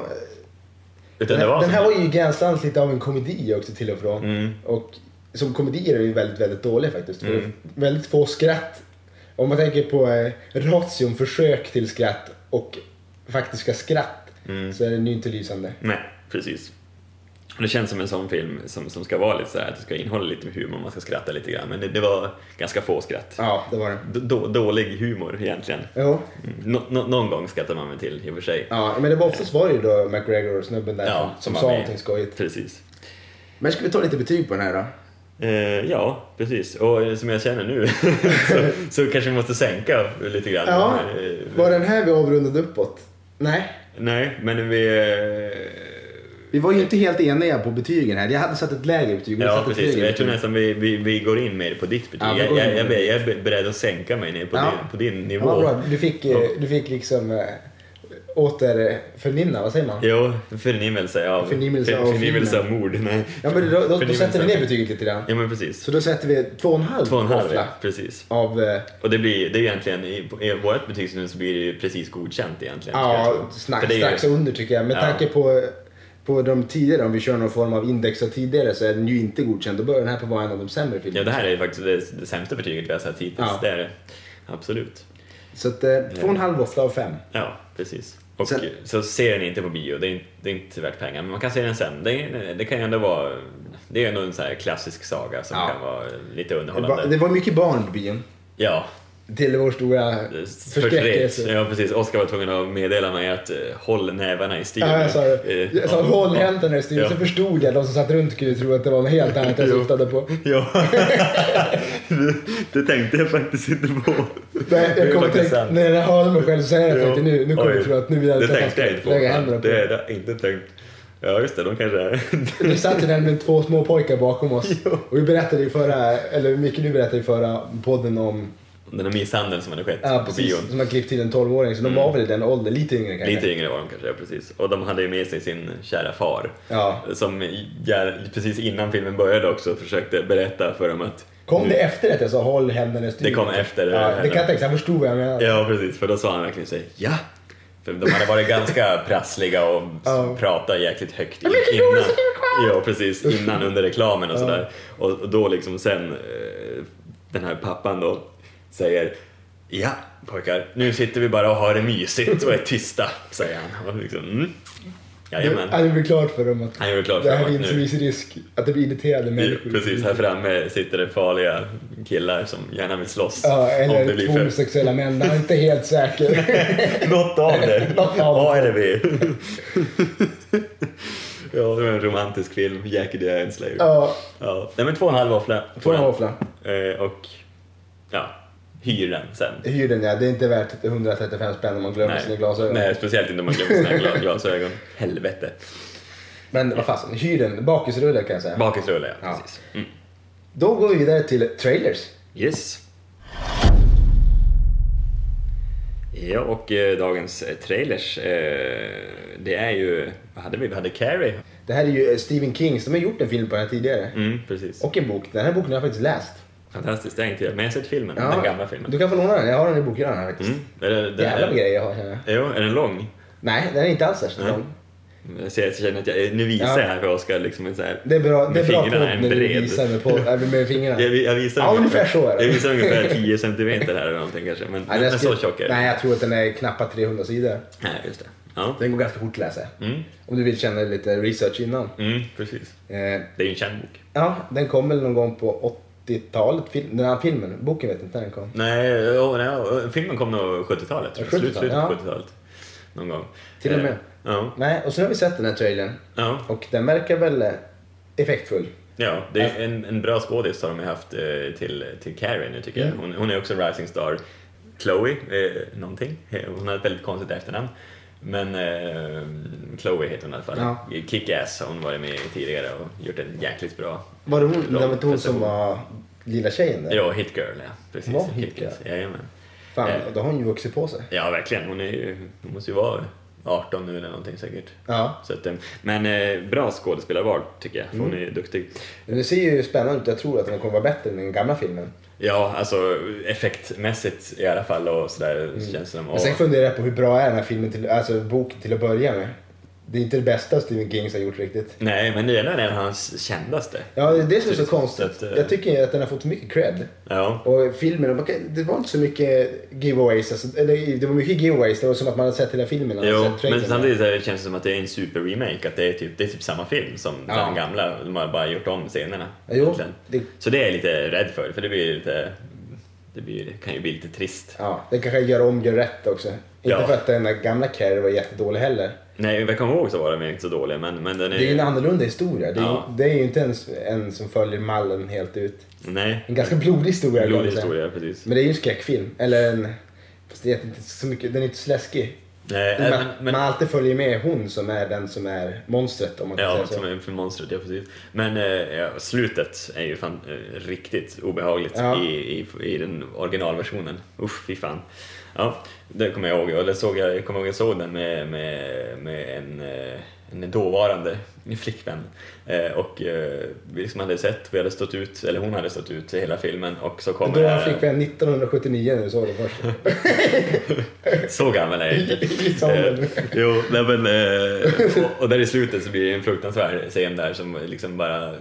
S2: Utan
S1: Den,
S2: det var
S1: den
S2: som-
S1: här var ju gränslandet lite av en komedi också till och från.
S2: Mm.
S1: Och som komedier är ju väldigt, väldigt dåliga faktiskt. För det är väldigt få skratt. Om man tänker på eh, ration försök till skratt och faktiska skratt
S2: Mm.
S1: så är den ju inte lysande.
S2: Nej, precis. Och Det känns som en sån film som, som ska vara lite så här, att det ska innehålla lite humor, man ska skratta lite grann, men det, det var ganska få skratt.
S1: Ja, det var den.
S2: D- då, dålig humor egentligen.
S1: Jo.
S2: Nå- nå- någon gång skrattar man väl till i och för sig.
S1: Ja, men det var oftast var det ju då McGregor och snubben där
S2: Ja,
S1: som, som
S2: var
S1: sa
S2: med.
S1: någonting skojigt.
S2: Precis.
S1: Men ska vi ta lite betyg på den här då?
S2: Eh, ja, precis. Och eh, som jag känner nu så, så kanske vi måste sänka lite grann.
S1: Ja,
S2: Eh,
S1: var den här vi avrundade uppåt? Nej.
S2: Nej, men vi... eh,
S1: Vi var ju inte helt eniga på betygen här. Jag hade satt ett lägre betyg och du
S2: Ja,
S1: satte ett
S2: precis.
S1: högre
S2: Jag tror
S1: betyg.
S2: nästan vi, vi, vi går in mer på ditt betyg.
S1: Ja, vi
S2: jag,
S1: går in
S2: jag, jag,
S1: på det.
S2: jag är beredd att sänka mig ner på,
S1: Ja.
S2: din, på din
S1: Ja,
S2: nivå.
S1: vad bra. Du fick, eh, du fick liksom äh, återförnimma, vad säger man?
S2: Jo, förnimmelse av,
S1: Förnimmelse
S2: för-
S1: av
S2: förnimmelse av mord. Nej.
S1: Ja, men då, då, då
S2: Förnimmelse
S1: sätter vi ner
S2: av-
S1: betyget lite grann.
S2: Ja, men precis.
S1: Så då sätter vi två och en halv,
S2: Två och en halv,
S1: våffla
S2: ja. precis.
S1: av eh,
S2: Och det blir det är egentligen, i, i vårt betygssystem så blir det ju precis godkänt egentligen. skulle jag
S1: ja,
S2: tro.
S1: snack,
S2: För det är ju-
S1: strax under tycker jag. Med
S2: Ja.
S1: tanke på, på de tidigare, om vi kör någon form av index av tidigare så är den ju inte godkänd. Då börjar den här på vara en av de sämre filmerna.
S2: Ja, det här är ju faktiskt det, det sämsta betyget vi har sett hittills.
S1: Ja.
S2: Det är det. Absolut.
S1: Så att, eh, två och en halv våffla av fem.
S2: Ja, precis. Och
S1: Sen-
S2: så ser den inte på bio, det är, inte- det är inte värt pengar. Men man kan se den sen. Det, är- det kan ju ändå vara... Det är ändå en sån här klassisk saga som
S1: Ja.
S2: kan vara lite
S1: Det var,
S2: underhållande.
S1: det var mycket barn på bion.
S2: Ja,
S1: Till vår stora
S2: Eh, förskräckelse.
S1: förskräckelse.
S2: Ja, precis. Oskar var tvungen att meddela mig att eh, håll nävarna i styr.
S1: Ja, jag sa det.
S2: Eh,
S1: Jag sa
S2: ja,
S1: håll
S2: ja,
S1: händerna i styret,
S2: Ja.
S1: så förstod jag. De som satt runt skulle tro att det var något helt annat jag
S2: Jo.
S1: syftade på.
S2: Ja, det, det tänkte jag faktiskt inte på.
S1: Nej,
S2: Det är
S1: jag kommer
S2: faktiskt
S1: tänka,
S2: sant.
S1: när jag hörde mig själv säga det tänkte jag, nu, nu kommer
S2: Oj,
S1: jag tro att nu vill jag
S2: Det
S1: att jag
S2: tänkte
S1: ska
S2: jag inte på.
S1: lägga händerna på.
S2: Det hade jag inte tänkt. Ja, just det, de kanske är...
S1: Det satt ju nämligen två små pojkar bakom oss. Och vi berättade i förra, eller Micke du berättade i förra podden om
S2: Den här misshandeln som hade skett
S1: ja,
S2: på
S1: precis,
S2: bion. Mm.
S1: som har klippt till en 12-åring. Så de var väl i den åldern, lite yngre kanske.
S2: Lite yngre var de kanske, ja, precis. Och de hade ju med sig sin kära far.
S1: Ja.
S2: Som gär- precis innan filmen började också försökte berätta för dem att...
S1: Kom det efter att jag sa håll händerna i styret?
S2: Mm. Det kom efter,
S1: Typ. Ja,
S2: eh,
S1: det kan jag tänka, så han förstod vad jag menade.
S2: Ja, precis. För då sa han verkligen så här, ja. För de hade varit ganska prassliga och
S1: Ja.
S2: oh. pratat jäkligt högt innan. Ja, precis. Innan under reklamen och sådär. Och, och då liksom sen eh, den här pappan då säger Ja pojkar, nu sitter vi bara och har det mysigt och är tysta, säger han. Och liksom, mm. Jajamän.
S1: Han gjorde klart för dem att
S2: Han gjorde klart
S1: det
S2: för
S1: här
S2: dem
S1: finns
S2: att nu,
S1: viss risk att det blir irriterade människor.
S2: precis här framme sitter det farliga killar som gärna vill slåss.
S1: Ja,
S2: om det
S1: eller
S2: blir för
S1: homosexuella män, jag är inte helt säker.
S2: Något av det.
S1: Något av
S2: A eller B. Ja, det var en romantisk film, Jackie the Iron Slayer. Ja.
S1: Ja,
S2: Nej men två och en halv våffla.
S1: två och en våffla.
S2: Eh, Och ja, hyr den sen.
S1: Hyr den ja, det är inte värt 135 spänn om man glömmer sina glasögon.
S2: Nej, speciellt inte om man glömmer sina gla- glasögon. Helvete.
S1: Men vad fasen, hyr den. Bakisrulle kan jag säga.
S2: Bakisrulle, ja.
S1: Ja.
S2: Precis. Mm.
S1: Då går vi vidare till trailers.
S2: Yes. Ja, och eh, dagens eh, trailers, eh, det är ju, vad hade vi? Vi hade Carrie.
S1: Det här är ju eh, Stephen King som har gjort en film på den här tidigare.
S2: Mm, precis.
S1: Och en bok. Den här boken har jag faktiskt läst.
S2: Fantastiskt, det har jag inte jag. Men jag har sett filmen,
S1: Ja,
S2: den gamla filmen.
S1: Du kan få låna den, jag har den i bokhyllan här faktiskt.
S2: Mm. Är det, det
S1: Jävla
S2: är,
S1: grejer jag har känner jag.
S2: jo, är den lång?
S1: Nej, den är inte alls särskilt
S2: Nej.
S1: lång.
S2: Jag ser- jag känner att jag, nu visar
S1: Ja.
S2: jag här för Oskar liksom en så här,
S1: Det är bra, det är
S2: Med
S1: bra podd
S2: fingrarna, en
S1: när du
S2: bred.
S1: visar med, på, äh, med fingrarna.
S2: jag, jag visar
S1: Ja, ungefär så är det.
S2: Jag visar ungefär 10 centimeter här eller någonting kanske. Men,
S1: Nej,
S2: men
S1: den skulle-
S2: så tjock är den.
S1: Nej, jag tror att den är knappt 300 sidor.
S2: Nej, just det. Ja.
S1: Den går ganska fort att läsa.
S2: Mm.
S1: Om du vill känna lite research innan.
S2: Mm, precis.
S1: Eh,
S2: Det är ju en känd bok.
S1: ja, den kom väl någon gång på 80-talet, fil- den här filmen. Boken vet inte när den kom.
S2: Nej, åh, nej åh, filmen kom nog 70-talet. tror
S1: 70-talet,
S2: jag. Slut, slutet
S1: ja.
S2: på 70-talet. Någon gång.
S1: Till och med.
S2: Eh, Ja.
S1: Nej, och sen har vi sett den här trailern.
S2: ja.
S1: Och den verkar väl eh, effektfull.
S2: Ja, det
S1: Alltså-
S2: är en, en bra skådis har de ju haft eh, till, till Carrie nu tycker
S1: Mm.
S2: jag. Hon, hon är också en rising star. Chloe eh, någonting. Eh, Hon har ett väldigt konstigt efternamn. Men eh, Chloe heter hon i alla fall.
S1: Ja.
S2: Kick-Ass har hon varit med i tidigare och gjort en jäkligt bra.
S1: Var det hon,
S2: Lång
S1: det var inte hon som
S2: prestation.
S1: var lilla tjejen där?
S2: Ja, Hit Girl ja. Precis.
S1: Var Hit
S2: Kick-Ass. Jajamän.
S1: Fan,
S2: Eh.
S1: då har hon ju vuxit på sig.
S2: Ja, verkligen. Hon, är ju, hon måste ju vara 18 nu eller någonting säkert.
S1: Ja.
S2: Så att, eh, men eh, bra skådespelarval tycker jag. för
S1: Mm.
S2: Hon är ju duktig.
S1: Men det ser ju spännande ut. Jag tror att den kommer vara bättre än den gamla filmen.
S2: Ja, alltså effektmässigt i alla fall och sådär känns det som.
S1: Mm. Men
S2: Och,
S1: sen funderar jag på hur bra är den här filmen, till, alltså boken till att börja med. Det är inte det bästa Stephen King har gjort riktigt.
S2: nej, men det är nog en av hans kändaste.
S1: Ja, det är det som är så
S2: Precis.
S1: konstigt.
S2: Så att, eh,
S1: Jag tycker ju att den har fått mycket cred.
S2: Ja,
S1: Och filmen, man kan- det var inte så mycket giveaways. Alltså, eller, det var mycket giveaways. Det var som att man hade sett hela filmen. och
S2: jo,
S1: sett trailern.
S2: men samtidigt så känns det som att det är en super-remake. Att det är typ, det är typ samma film som
S1: Ja.
S2: den gamla. De har bara gjort om scenerna.
S1: Jo,
S2: egentligen.
S1: det,
S2: Så det är jag lite rädd för, för det blir lite... Det blir, kan ju bli lite trist.
S1: ja, den kanske gör om, gör rätt också. Inte
S2: Ja.
S1: för att den där gamla Carrie var jättedålig heller.
S2: Nej, jag kommer ihåg så var den inte så dålig, men, men den är...
S1: Det är ju en annorlunda historia. Det är,
S2: Ja.
S1: det är ju inte ens en som följer mallen helt ut.
S2: Nej,
S1: En ganska blodig historia. kan man
S2: blodig
S1: säga. Mm.
S2: historia, precis.
S1: Men det är ju en skräckfilm. Eller en... Fast det är inte så mycket, den är inte så läskig.
S2: Nej,
S1: Men,
S2: men, men,
S1: man alltid följer med hon som är den som är monstret om man kan
S2: Ja,
S1: säga
S2: som
S1: så.
S2: är för monstret, ja precis. Men eh, ja, slutet är ju fan eh, riktigt obehagligt
S1: Ja.
S2: i, i, i den originalversionen. Usch, fy fan. Ja, det kommer jag ihåg. Eller såg jag, jag kommer ihåg jag såg den med, med, med en, eh, en dåvarande flickvän. Eh, och eh, vi liksom hade sett, vi hade stått ut, eller hon hade stått ut hela filmen och så
S1: Och
S2: kommer
S1: Då
S2: det
S1: var
S2: här-
S1: flickvän 1979 när du såg den först.
S2: Så gammal är jag inte.
S1: I sanden.
S2: Eh, jo, nej, men, eh, och, och där i slutet så blir det en fruktansvärd scen där som liksom bara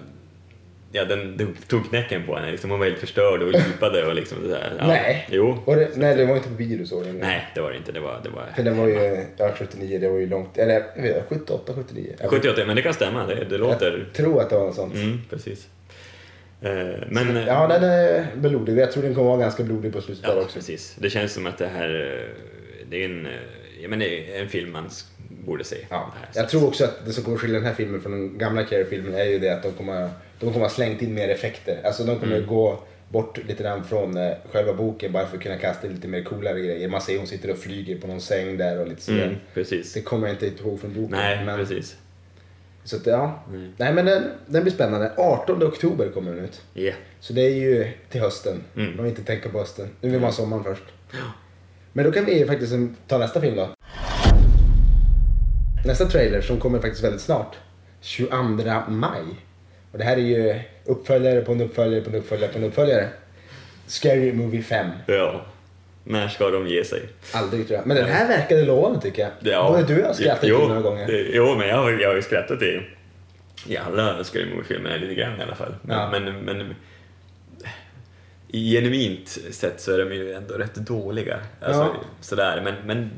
S2: Ja, den den tog knäcken på henne. Liksom, hon var helt förstörd och lipade och liksom sådär. Ja.
S1: Nej.
S2: Jo.
S1: Var det, nej, det var inte på bio du såg den.
S2: Nej, det var det inte. Det var, det var
S1: För den var ju, ja 79, det var ju långt, eller jag vet inte, 78, 79. Jag,
S2: 78, men det kan stämma. Det, det låter...
S1: jag tror att det var något sånt.
S2: Mm, precis. Eh, men... eh,
S1: Ja, den är blodig. Jag tror den kommer vara ganska blodig på slutet där
S2: Ja,
S1: också.
S2: precis. Det känns som att det här... eh, Det är en, eh, ja, men det är en film man s- borde se.
S1: Ja,
S2: Det här.
S1: jag tror också att det som kommer skilja den här filmen från den gamla Carrie-filmen är ju det att de kommer, de kommer ha slängt in mer effekter. Alltså de
S2: Mm.
S1: kommer gå bort lite grann från eh, själva boken bara för att kunna kasta lite mer coolare grejer. Man ser hon sitter och flyger på någon säng där och lite sådär.
S2: Mm, precis.
S1: Det kommer jag inte ihåg från boken.
S2: Nej,
S1: men,
S2: precis. Mm.
S1: så att, ja. Nej men den, den blir spännande. 18 oktober kommer den ut.
S2: Yeah.
S1: Så det är ju till hösten.
S2: Mm.
S1: Man vill inte tänka på hösten. Nu vill man ha sommaren först. Men då kan vi faktiskt ta nästa film då. Nästa trailer som kommer faktiskt väldigt snart. 22 maj. Och det här är ju uppföljare på en uppföljare på en uppföljare på en uppföljare. Scary Movie 5.
S2: Ja. När ska de ge sig?
S1: Aldrig tror jag. Men den här verkade lovande tycker jag.
S2: Ja.
S1: Både du och jag har skrattat
S2: Jo,
S1: till några gånger.
S2: det- Jo, men jag har, jag har ju skrattat i, i alla Scary Movie-filmer lite grann i alla fall. Men,
S1: Ja.
S2: men, men i genuint sett så är de ju ändå rätt dåliga. Alltså,
S1: Ja.
S2: sådär. Men, men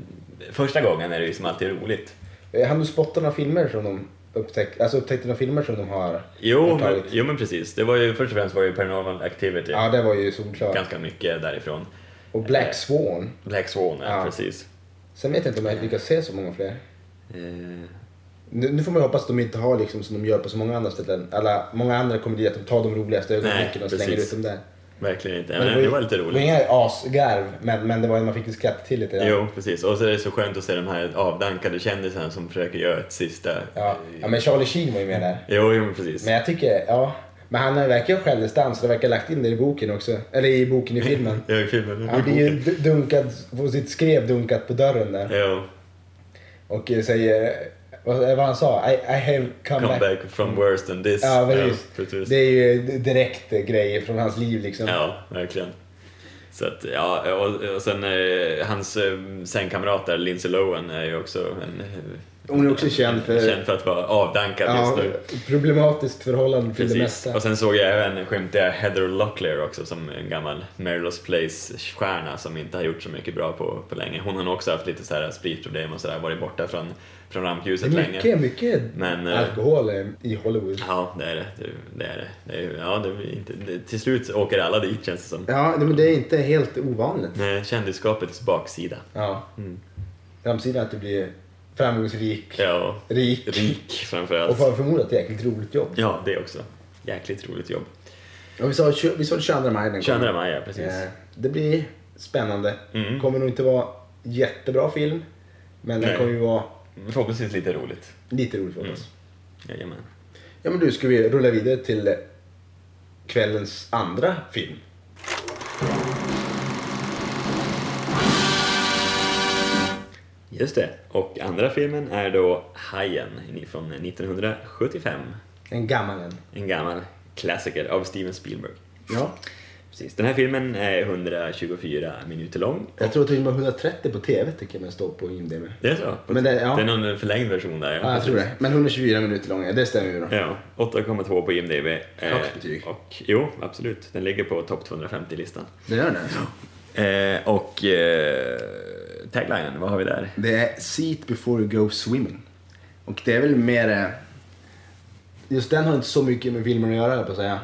S2: första gången är det ju som alltid roligt.
S1: Hann du spotta några filmer som de upptäckte? Alltså upptäckte några filmer som de har
S2: Jo
S1: har
S2: men,
S1: tagit?
S2: jo, men precis. Det var ju, först och främst var det ju Paranormal Activity.
S1: Ja, det var ju solklart.
S2: Ganska mycket därifrån.
S1: Och Black Swan.
S2: Black Swan, ja,
S1: Ja.
S2: precis.
S1: Sen vet jag inte om jag lyckas se så många fler.
S2: Eh,
S1: Nu, nu får man ju hoppas att de inte har liksom som de gör på så många andra ställen. Alla, många andra komedier att de tar de roligaste ögonblicken och slänger
S2: precis.
S1: ut dem där.
S2: Verkligen inte. Men det, var lite
S1: Det var
S2: roligt.
S1: inga asgarv, men, men det var, man fick ju skratta till lite. grann.
S2: Jo, precis. Och så är det så skönt att se de här avdankade kändisarna som försöker göra ett sista...
S1: Ja. ja, men Charlie Sheen var ju med där.
S2: Jo, jo, men precis.
S1: Men jag tycker, ja. Men han verkar ha självdistans och det verkar ha lagt in det i boken också. Eller i boken i filmen.
S2: Ja, i filmen.
S1: Han
S2: I
S1: blir ju
S2: boken.
S1: d- dunkad, på sitt skrev dunkat på dörren där.
S2: Jo,
S1: Och eh, säger, vad vad han sa? I, I have come,
S2: come
S1: back.
S2: back from worse than this.
S1: Ja, precis.
S2: precis.
S1: Det är ju direkt eh, grejer från hans liv liksom.
S2: Ja, verkligen. Så att, ja, och, och sen eh, hans eh, sängkamrat där, Lindsay Lohan, är ju också en... eh,
S1: Hon är också känd för-
S2: Känd för att vara avdankad
S1: Ja,
S2: just nu.
S1: problematiskt förhållande till det
S2: Precis.
S1: mesta.
S2: Och sen såg jag även, skymtade jag Heather Locklear också som en gammal Marilos Place-stjärna som inte har gjort så mycket bra på, på länge. Hon har också haft lite så här spritproblem och sådär, varit borta från, från rampljuset
S1: Det är
S2: länge.
S1: mycket, mycket
S2: Men, eh,
S1: alkohol eh, i Hollywood.
S2: Ja, det är det. Det- Det är det. det, är, ja, det, är inte, det till slut åker alla dit känns det som.
S1: Ja, men det är inte helt ovanligt.
S2: Nej, Kändisskapets baksida.
S1: Ja. Framsidan att du blir framgångsrik,
S2: Mm. Ja, och
S1: rik
S2: rik
S1: och
S2: framförallt.
S1: får förmodat ett jäkligt roligt jobb.
S2: Ja, det också. Jäkligt roligt jobb.
S1: Och vi sa, tjo- vi sa det 22 maj den
S2: 22
S1: kommer.
S2: maj, ja, precis. Mm.
S1: Eh, Det blir spännande. Kommer nog inte vara jättebra film, men den
S2: Nej. Mm.
S1: kommer ju vara
S2: Förhoppningsvis lite roligt.
S1: lite rolig för oss.
S2: Jajamän.
S1: Ja men du, ska vi rulla vidare till kvällens andra film?
S2: Just det. Och andra filmen är då Hajen från 1975.
S1: En gammal en.
S2: En gammal klassiker av Steven Spielberg.
S1: Ja.
S2: Precis. Den här filmen är 124 minuter lång.
S1: Jag tror att det var 130 på TV tycker jag men står på IMDB.
S2: Det är så?
S1: Men det- ja.
S2: det är någon förlängd version där.
S1: Ja, jag tror det. Men 124 minuter lång, ja, det stämmer ju då.
S2: Ja, 8,2 på IMDB. Eh,
S1: Högt betyg.
S2: Och, jo, absolut. Den ligger på topp 250-listan.
S1: Det gör den.
S2: Eh, och eh, taglinen, vad har vi där?
S1: Det är Seat before you go swimming. Och det är väl mer... eh, Just den har inte så mycket med filmen att göra, höll jag på att säga.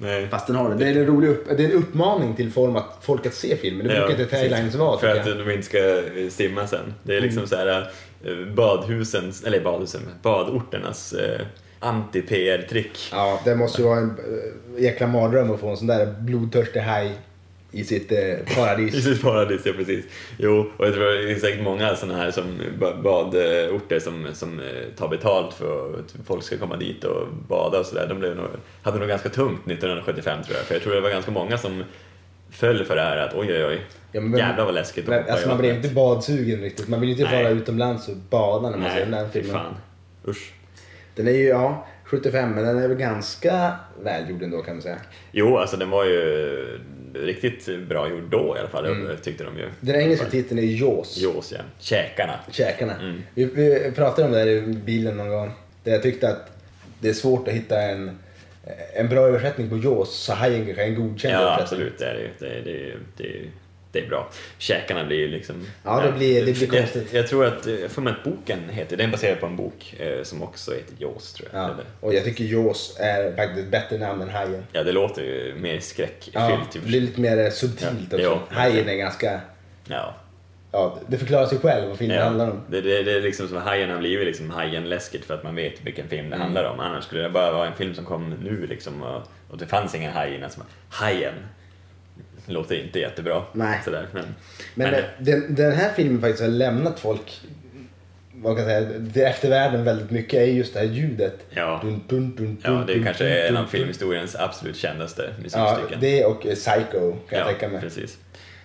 S2: Nej.
S1: Fast den har det. Det är en, rolig upp, det är en uppmaning till form att, folk att se filmen. Det brukar inte taglines vara,
S2: För
S1: tycker
S2: att
S1: jag. Mm.
S2: de inte ska eh, simma sen. Det är liksom så här eh, badhusens, eller badhusen, badorternas eh, anti-PR-trick.
S1: Ja, det måste ju vara en eh, jäkla mardröm att få en sån där blodtörstig haj i sitt eh,
S2: I
S1: paradis.
S2: sitt paradis, ja precis. Jo, och jag tror det är säkert många sådana här som ba- badorter som, som eh, tar betalt för att folk ska komma dit och bada och sådär. De blev nog, hade nog ganska tungt 1975 tror jag, för jag tror det var ganska många som föll för det här att oj oj oj,
S1: Ja, men-
S2: jävlar vad läskigt att
S1: Men,
S2: hoppa i
S1: alltså, man blir
S2: vattnet.
S1: inte badsugen riktigt. Man vill ju inte
S2: Nej.
S1: vara utomlands och bada när man ser alltså, den
S2: Nej,
S1: här
S2: fy
S1: filmen.
S2: fan. Usch.
S1: Den är ju, ja, 75 men den är väl ganska välgjord ändå kan man säga.
S2: Jo, alltså den var ju riktigt bra gjord då i alla fall, tyckte de ju.
S1: Mm. Den engelska titeln är Jaws.
S2: Jaws, Mm. ja. Käkarna.
S1: Käkarna. Vi, vi pratade om det här i bilen någon gång. Där jag tyckte att det är svårt att hitta en, en bra översättning på Jaws så hajen kanske är en godkänd
S2: Ja,
S1: översättning.
S2: absolut. Det är, det ju. det, är- det, är ju- det, är ju- det är bra. Käkarna blir ju liksom...
S1: Ja, det blir- det blir
S2: jag,
S1: konstigt.
S2: jag tror att, eh, för mig att boken heter, den är baserad på en bok eh, som också heter Jaws tror jag.
S1: Ja.
S2: Eller,
S1: Och jag tycker Jaws är faktiskt ett bättre namn än hajen.
S2: ja, det låter ju mer skräckfyllt. typ.
S1: Ja, det
S2: i och för
S1: blir
S2: sig.
S1: lite mer subtilt
S2: Ja,
S1: också.
S2: ja,
S1: hajen är
S2: verkligen.
S1: ganska...
S2: Ja.
S1: Ja, det förklarar sig själv vad filmen
S2: Ja,
S1: handlar om.
S2: det, det, det är liksom som Hajen har blivit liksom Hajen-läskigt för att man vet vilken film det
S1: Mm.
S2: handlar om. Annars skulle det bara vara en film som kom nu liksom och, och det fanns ingen haj innan. Som, hajen! Låter inte jättebra.
S1: Nej.
S2: Sådär, men,
S1: Men,
S2: men-
S1: den, den här filmen faktiskt har lämnat folk, vad kan jag säga, det eftervärlden väldigt mycket är just det här ljudet.
S2: Ja.
S1: Dun, dun, dun,
S2: Ja,
S1: dun,
S2: det
S1: dun,
S2: kanske
S1: dun,
S2: är en
S1: dun,
S2: av
S1: dun.
S2: filmhistoriens absolut kändaste
S1: Ja,
S2: musikstycken.
S1: det och eh, Psycho kan jag
S2: Ja,
S1: tänka mig.
S2: precis.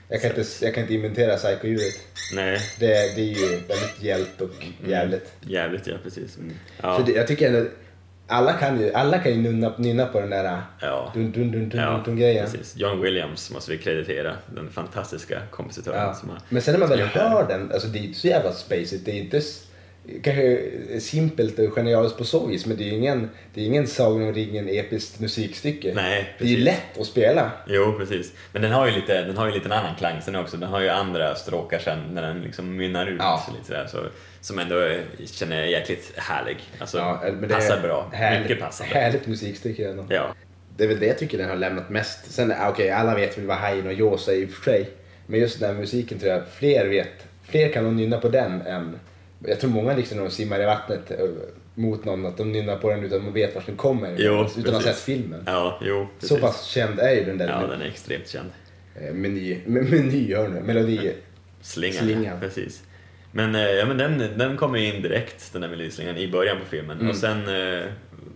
S1: Jag kan, inte, jag kan inte inventera Psycho-ljudet.
S2: Nej,
S1: Det, det är ju väldigt hjälpt och jävligt.
S2: jävligt ja, precis. Mm. Ja,
S1: Mm. Så det, jag tycker ändå, alla kan ju, alla kan ju nynna, nynna på den där
S2: Ja.
S1: dun dun dun dun,
S2: ja,
S1: dun, dun grejen.
S2: precis. John Williams måste vi kreditera, den fantastiska kompositören
S1: Ja.
S2: som har...
S1: Men sen när man
S2: som
S1: väl
S2: gjort det här.
S1: hör den, alltså det är ju inte så jävla spacet. Det är inte s- kanske simpelt och genialiskt på så vis men det är ju ingen, det är ingen Sagan om ringen episkt musikstycke.
S2: Nej,
S1: det är ju
S2: precis.
S1: lätt att spela.
S2: Jo, precis. Men den har ju lite, den har ju lite en annan klang sen också. Den har ju andra stråkar sen när den liksom mynnar ut.
S1: Ja.
S2: Lite sådär, så, som ändå är- känner jag är jäkligt härlig. Alltså,
S1: Ja, men det är
S2: passar bra. Mycket passande.
S1: Härligt musikstycke ändå.
S2: Ja.
S1: Det är väl det jag tycker den har lämnat mest. Sen, ah, okej, alla vet väl vad Hajen och Jaws är i och för sig. Men just den här musiken tror jag fler vet. Fler kan nog nynna på den än... Jag tror många liksom när de simmar i vattnet eh, mot någon att de nynnar på den utan att man vet vart den kommer.
S2: Jo,
S1: utan att ha
S2: precis.
S1: sett filmen.
S2: Ja, jo.
S1: Så pass känd är ju den där
S2: Ja, den är extremt känd.
S1: eh, meny, men- meny hör nu, melodi.
S2: Slingan.
S1: Slingan.
S2: Precis. Men, eh, ja, men den, den kommer ju in direkt, den där melodislingan, i början på filmen.
S1: Mm.
S2: Och sen eh,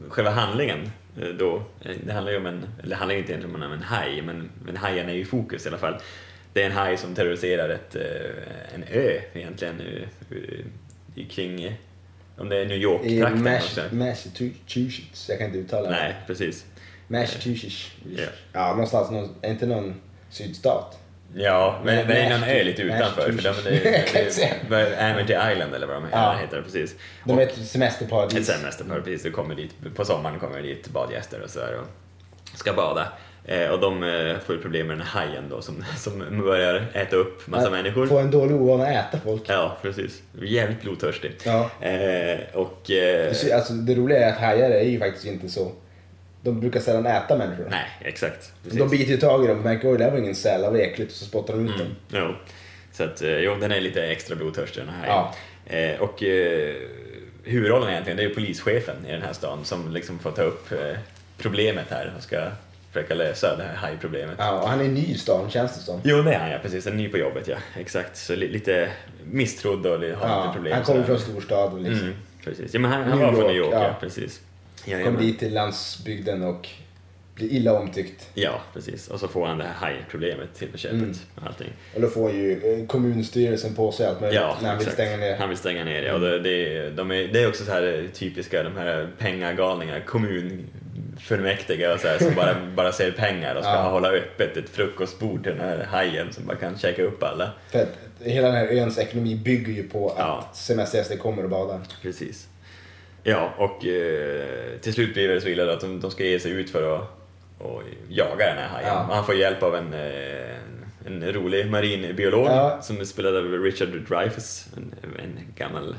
S2: själva handlingen eh, då, eh, det handlar ju om en, eller det handlar ju inte egentligen om en haj, men, men hajen är ju i fokus i alla fall. Det är en haj som terroriserar ett, eh, en ö egentligen, eh, eh, kring, eh, om det är New
S1: I
S2: York-trakten. också.
S1: Mass- Massachusetts, jag kan inte uttala
S2: Nej, precis.
S1: det. Massachusetts.
S2: Ja.
S1: Ja, någonstans, någon, är inte någon sydstat?
S2: Ja, men
S1: Nej,
S2: det är
S1: Nash-
S2: någon ö lite
S1: Nash-
S2: utanför. För de, det, det,
S1: Jag kan inte säga.
S2: Amity Island eller vad de
S1: Ja.
S2: heter, precis.
S1: De är ett semesterparadis.
S2: Ett semesterpar, precis. Du kommer dit, på sommaren kommer det dit badgäster och sådär och ska bada. Eh, och de eh, får ju problem med den här hajen då som, som börjar äta upp massa
S1: Att
S2: människor.
S1: Få en dålig ovana att äta folk.
S2: Ja, precis. Jävligt blodtörstig.
S1: Ja.
S2: Eh, och... Eh,
S1: Så, Alltså, det roliga är att hajar är ju faktiskt inte så. De brukar sällan äta människor.
S2: nej, exakt. Precis.
S1: De biter ju tag i dem och märker oj det här var ingen säl, det var äckligt och så spottar de ut dem.
S2: Jo. Så att, eh, jo, den är lite extra blodtörstig den här.
S1: Ja.
S2: Eh, och eh, huvudrollen egentligen, det är ju polischefen i den här stan som liksom får ta upp eh, problemet här och ska försöka lösa det här hajproblemet.
S1: Ja, och han är ny i stan känns det som.
S2: Jo, det är han ja, precis. Han är ny på jobbet ja. Exakt, så li- lite misstrodd och li- har lite
S1: Ja,
S2: problem.
S1: han kommer
S2: sådär.
S1: från storstad och liksom.
S2: mm, precis. Ja, men han, han
S1: New
S2: var från
S1: York,
S2: New York, ja,
S1: ja.
S2: precis. Ja,
S1: kommer dit till landsbygden och blir illa omtyckt.
S2: ja, precis. Och så får han det här hajproblemet till på
S1: Mm.
S2: köpet. och Allting.
S1: Och då får ju eh, kommunstyrelsen på sig allt möjligt
S2: Ja,
S1: Eh, när han vill
S2: exakt.
S1: stänga ner. Mm.
S2: Han vill stänga ner, ja. Och det, det, de är, det är också så här eh, typiska de här pengagalningar, kommunfullmäktige och så här, som bara, bara ser pengar och ska
S1: Ja.
S2: hålla öppet ett frukostbord till den här hajen som bara kan käka upp alla.
S1: För att hela den här öns ekonomi bygger ju på att
S2: Ja.
S1: semestergäster kommer och badar.
S2: Precis. Ja, och eh, till slut blir det så illa att de, de ska ge sig ut för att och jaga den här hajen.
S1: Ja.
S2: Han får hjälp av en, eh, en rolig marinbiolog
S1: Ja.
S2: som är spelad av Richard Dreyfuss, en, en gammal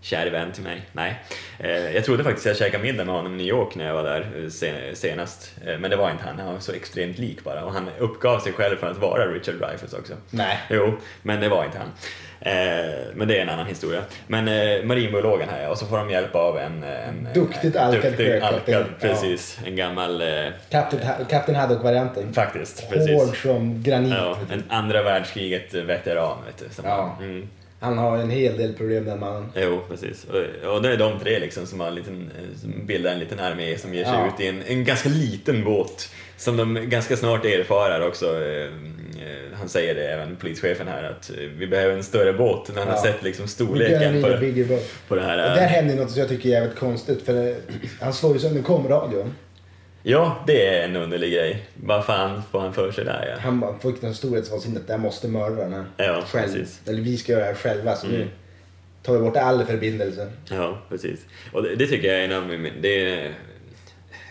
S2: kär vän till mig. Nej, eh, jag trodde faktiskt jag käkade middag med honom i New York när jag var där eh, sen, senast, eh, men det var inte han. Han var så extremt lik bara och han uppgav sig själv för att vara Richard Dreyfuss också.
S1: Nej.
S2: Jo, men det var inte han. Eh, men det är en annan historia. Men eh, marinbiologen här ja, och så får de hjälp av en... en
S1: Duktigt
S2: en,
S1: alkad
S2: duktig
S1: sjökapten.
S2: alkad, precis. En gammal... Eh,
S1: Kapten, Kapten Haddock-varianten.
S2: faktiskt, precis.
S1: Hård som granit.
S2: Ja,
S1: vet du.
S2: en andra världskriget-veteran, vet du. Som
S1: Ja.
S2: mm,
S1: Han har en hel del problem den mannen.
S2: jo, precis. Och, och det är de tre liksom som, har en liten, eh, som bildar en liten armé som ger sig
S1: Ja.
S2: ut i en, en ganska liten båt. Som de ganska snart erfarar också. eh, eh, Han säger det, även polischefen här, att eh, vi behöver en större båt. När han
S1: Ja.
S2: har sett liksom storleken på
S1: Björn
S2: det.
S1: Bigger Bob.
S2: på det här.
S1: Och där händer något som jag tycker är jävligt konstigt för eh, han slår ju sönder komradion.
S2: Ja, det är en underlig grej. Vad fan får han för sig där ja?
S1: Han bara fick den storhetsvansinnet, jag måste mörda den här
S2: Ja,
S1: själv.
S2: precis. Mm.
S1: Eller vi ska göra det här själva så nu tar vi bort all förbindelse.
S2: Ja, precis. Och det, det tycker jag är en av, min- det är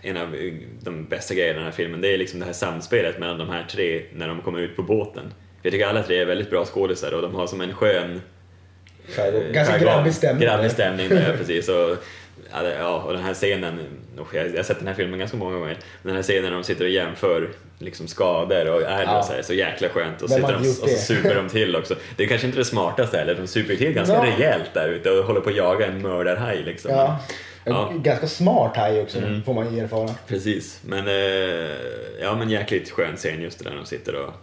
S2: en av de bästa grejerna i den här filmen. Det är liksom det här samspelet mellan de här tre när de kommer ut på båten. Jag tycker alla tre är väldigt bra skådisar och de har som en skön
S1: Skärgård. Ganska
S2: Skärgård.
S1: grabbig stämning.
S2: Grabbig stämning, ja, precis. Och, ja, det- ja, och den här scenen, usch, jag jag har sett den här filmen ganska många gånger, men den här scenen när de sitter och jämför liksom skador och är
S1: Ja.
S2: så, här, så jäkla skönt
S1: Vem
S2: och, sitter de,
S1: hade
S2: och
S1: gjort
S2: så
S1: det?
S2: super de till också. Det är kanske inte det smartaste heller, de super till ganska
S1: Ja.
S2: rejält där ute och håller på att jaga en mördarhaj liksom.
S1: Ja. En
S2: Ja. Mm.
S1: Ganska smart haj också får man ju erfara.
S2: Precis, men, eh, ja, men jäkligt skön scen just det där de sitter och...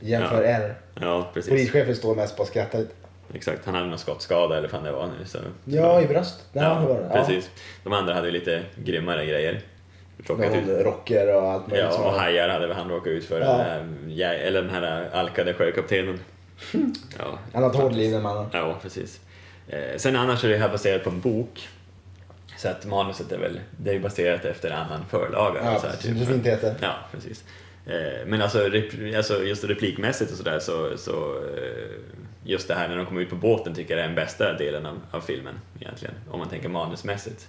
S1: Jämför
S2: Ja.
S1: R.
S2: Ja, precis.
S1: Polischefen står mest på skrattet.
S2: Exakt, han hade någon skottskada eller vad fan det var nu. Så,
S1: Ja, i bröst. Nej,
S2: Ja,
S1: det var det. Ja.
S2: precis. De andra hade ju lite grymmare grejer.
S1: Då
S2: Plockat
S1: har
S2: ut.
S1: de Rocker och allt möjligt.
S2: Ja,
S1: som
S2: och
S1: var-
S2: hajar hade väl han råkat ut för.
S1: Ja.
S2: Den här, jä- eller den här alkade sjökaptenen. Ja,
S1: Han har ett hårt liv den mannen.
S2: ja precis. Eh, sen annars är det här baserat på en bok. Så att manuset är väl det är ju baserat efter en annan förlaga.
S1: Ja,
S2: och så här, typ.
S1: som det fint heter.
S2: Ja, precis. Eh, Men alltså, rep- alltså just replikmässigt och sådär så, så eh, just det här när de kommer ut på båten tycker jag är den bästa delen av, av filmen egentligen, om man tänker manusmässigt.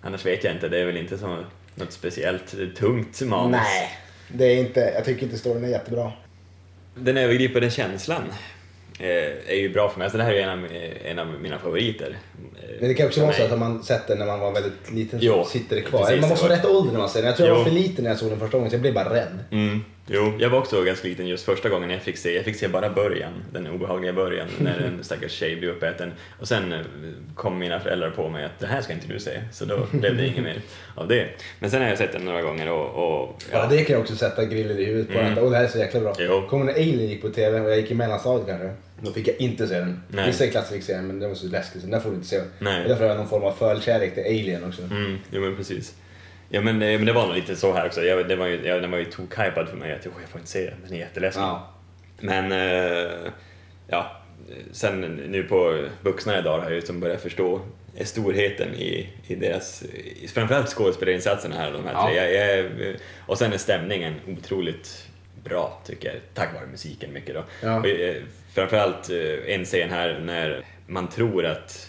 S2: Annars vet jag inte, det är väl inte som något speciellt tungt manus.
S1: Nej, det är inte, jag tycker inte storyn är jättebra.
S2: Den övergripande känslan eh, är ju bra för mig, alltså det här är ju en av, eh, en av mina favoriter. eh,
S1: Men det kan också
S2: för
S1: vara så
S2: mig.
S1: att om man sett den när man var väldigt liten så
S2: Jo,
S1: sitter det kvar.
S2: precis.
S1: man måste vara rätt ålder när man ser den. Jag tror jag
S2: Jo.
S1: var för liten när jag såg den första gången så jag blev bara rädd.
S2: Mm, Jo, jag var också ganska liten just första gången jag fick se. Jag fick se bara början, den obehagliga början, när en stackars tjej blev uppäten. Och sen eh, kom mina föräldrar på mig att det här ska inte du se, så då blev det inget mer av det. Men sen har jag sett den några gånger och... och
S1: Ja, det kan jag också sätta grillen i huvudet på. Mm. Och det här är så jäkla bra.
S2: Jo.
S1: Kommer när Alien gick på TV och jag gick i mellanstadiet kanske. Då fick jag inte se den.
S2: Nej.
S1: Vissa klasser fick se den men den var så läskig så den där får du inte se.
S2: Nej.
S1: Och därför har jag någon form av förkärlek till Alien också.
S2: Mm, jo men precis. Ja men, det- men det var nog lite så här också. Jag, det var ju, jag, den var ju tokhypad för mig att "Åh, jag får inte se den, den är jätteläskig.
S1: Ja.
S2: Men eh, ja, sen nu på vuxnare dagar har jag ju liksom börjat förstå storheten i, i deras, i, framförallt skådespelarinsatserna här, de här
S1: Ja.
S2: tre. Jag, jag, är- eh, och sen är stämningen otroligt bra tycker jag, tack vare musiken mycket då.
S1: Ja.
S2: Och, eh, framförallt eh, en scen här när man tror att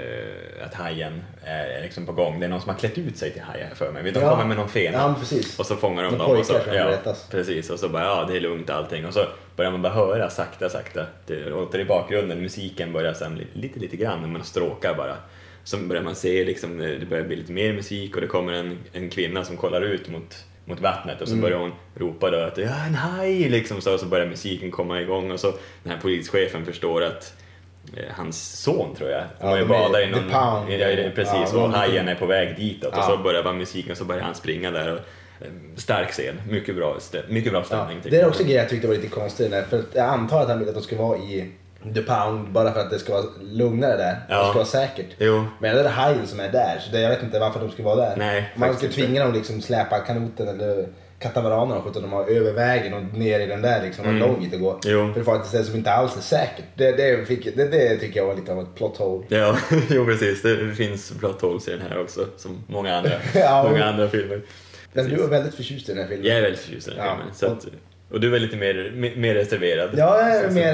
S2: eh, att hajen är är liksom på gång. Det är någon som har klätt ut sig till haj här för mig. De
S1: Ja.
S2: kommer med någon fena.
S1: Ja, men precis.
S2: Mm. Och så fångar de
S1: Med
S2: dem. Och så,
S1: pojkar som
S2: ja,
S1: berättas.
S2: precis, och så bara ja, det är lugnt allting. Och så börjar man bara höra sakta, sakta. Det låter i bakgrunden, musiken börjar sen li- lite, lite grann, men man stråkar bara. Så börjar man se, liksom, det börjar bli lite mer musik och det kommer en, en kvinna som kollar ut mot, mot vattnet
S1: Mm.
S2: och så börjar hon ropa då att ja, en haj! Liksom, så, och så börjar musiken komma igång och så den här polischefen förstår att eh, hans son tror jag,
S1: Ja,
S2: var ju
S1: de är-
S2: badar i
S1: The
S2: någon...
S1: Pound.
S2: Ja, det är precis,
S1: Ja,
S2: och
S1: de-
S2: hajen är på väg ditåt och
S1: Ja.
S2: så börjar bara musiken och så börjar han springa där. Och, eh, stark scen, mycket bra, stä- mycket bra
S1: Ja.
S2: stämning. tycker
S1: Det är
S2: jag.
S1: också en grej jag tyckte var lite konstig. Där, för att jag antar att han ville att de skulle vara i The Pound bara för att det ska vara lugnare där.
S2: Ja.
S1: Det ska vara säkert.
S2: Jo,
S1: Men det är hajen som är där, så det, jag vet inte varför de skulle vara där.
S2: Nej,
S1: Man ska
S2: faktiskt
S1: tvinga dem liksom släpa kanoten eller katamaranen och skjuta dem över vägen och ner i den där liksom, mm. långt det går.
S2: Jo.
S1: För det var ett ställe som inte alls är säkert. Det, det, fick, det, det tycker jag var lite av ett plot hole.
S2: ja, jo precis. Det finns plot holes i den här också, som många andra,
S1: Ja,
S2: många
S1: men-
S2: andra filmer.
S1: Men du
S2: Precis.
S1: var väldigt förtjust i den här filmen.
S2: Jag är väldigt förtjust i den här
S1: Ja.
S2: filmen. Så att, och du är lite mer, mer, mer reserverad.
S1: Ja, jag är mer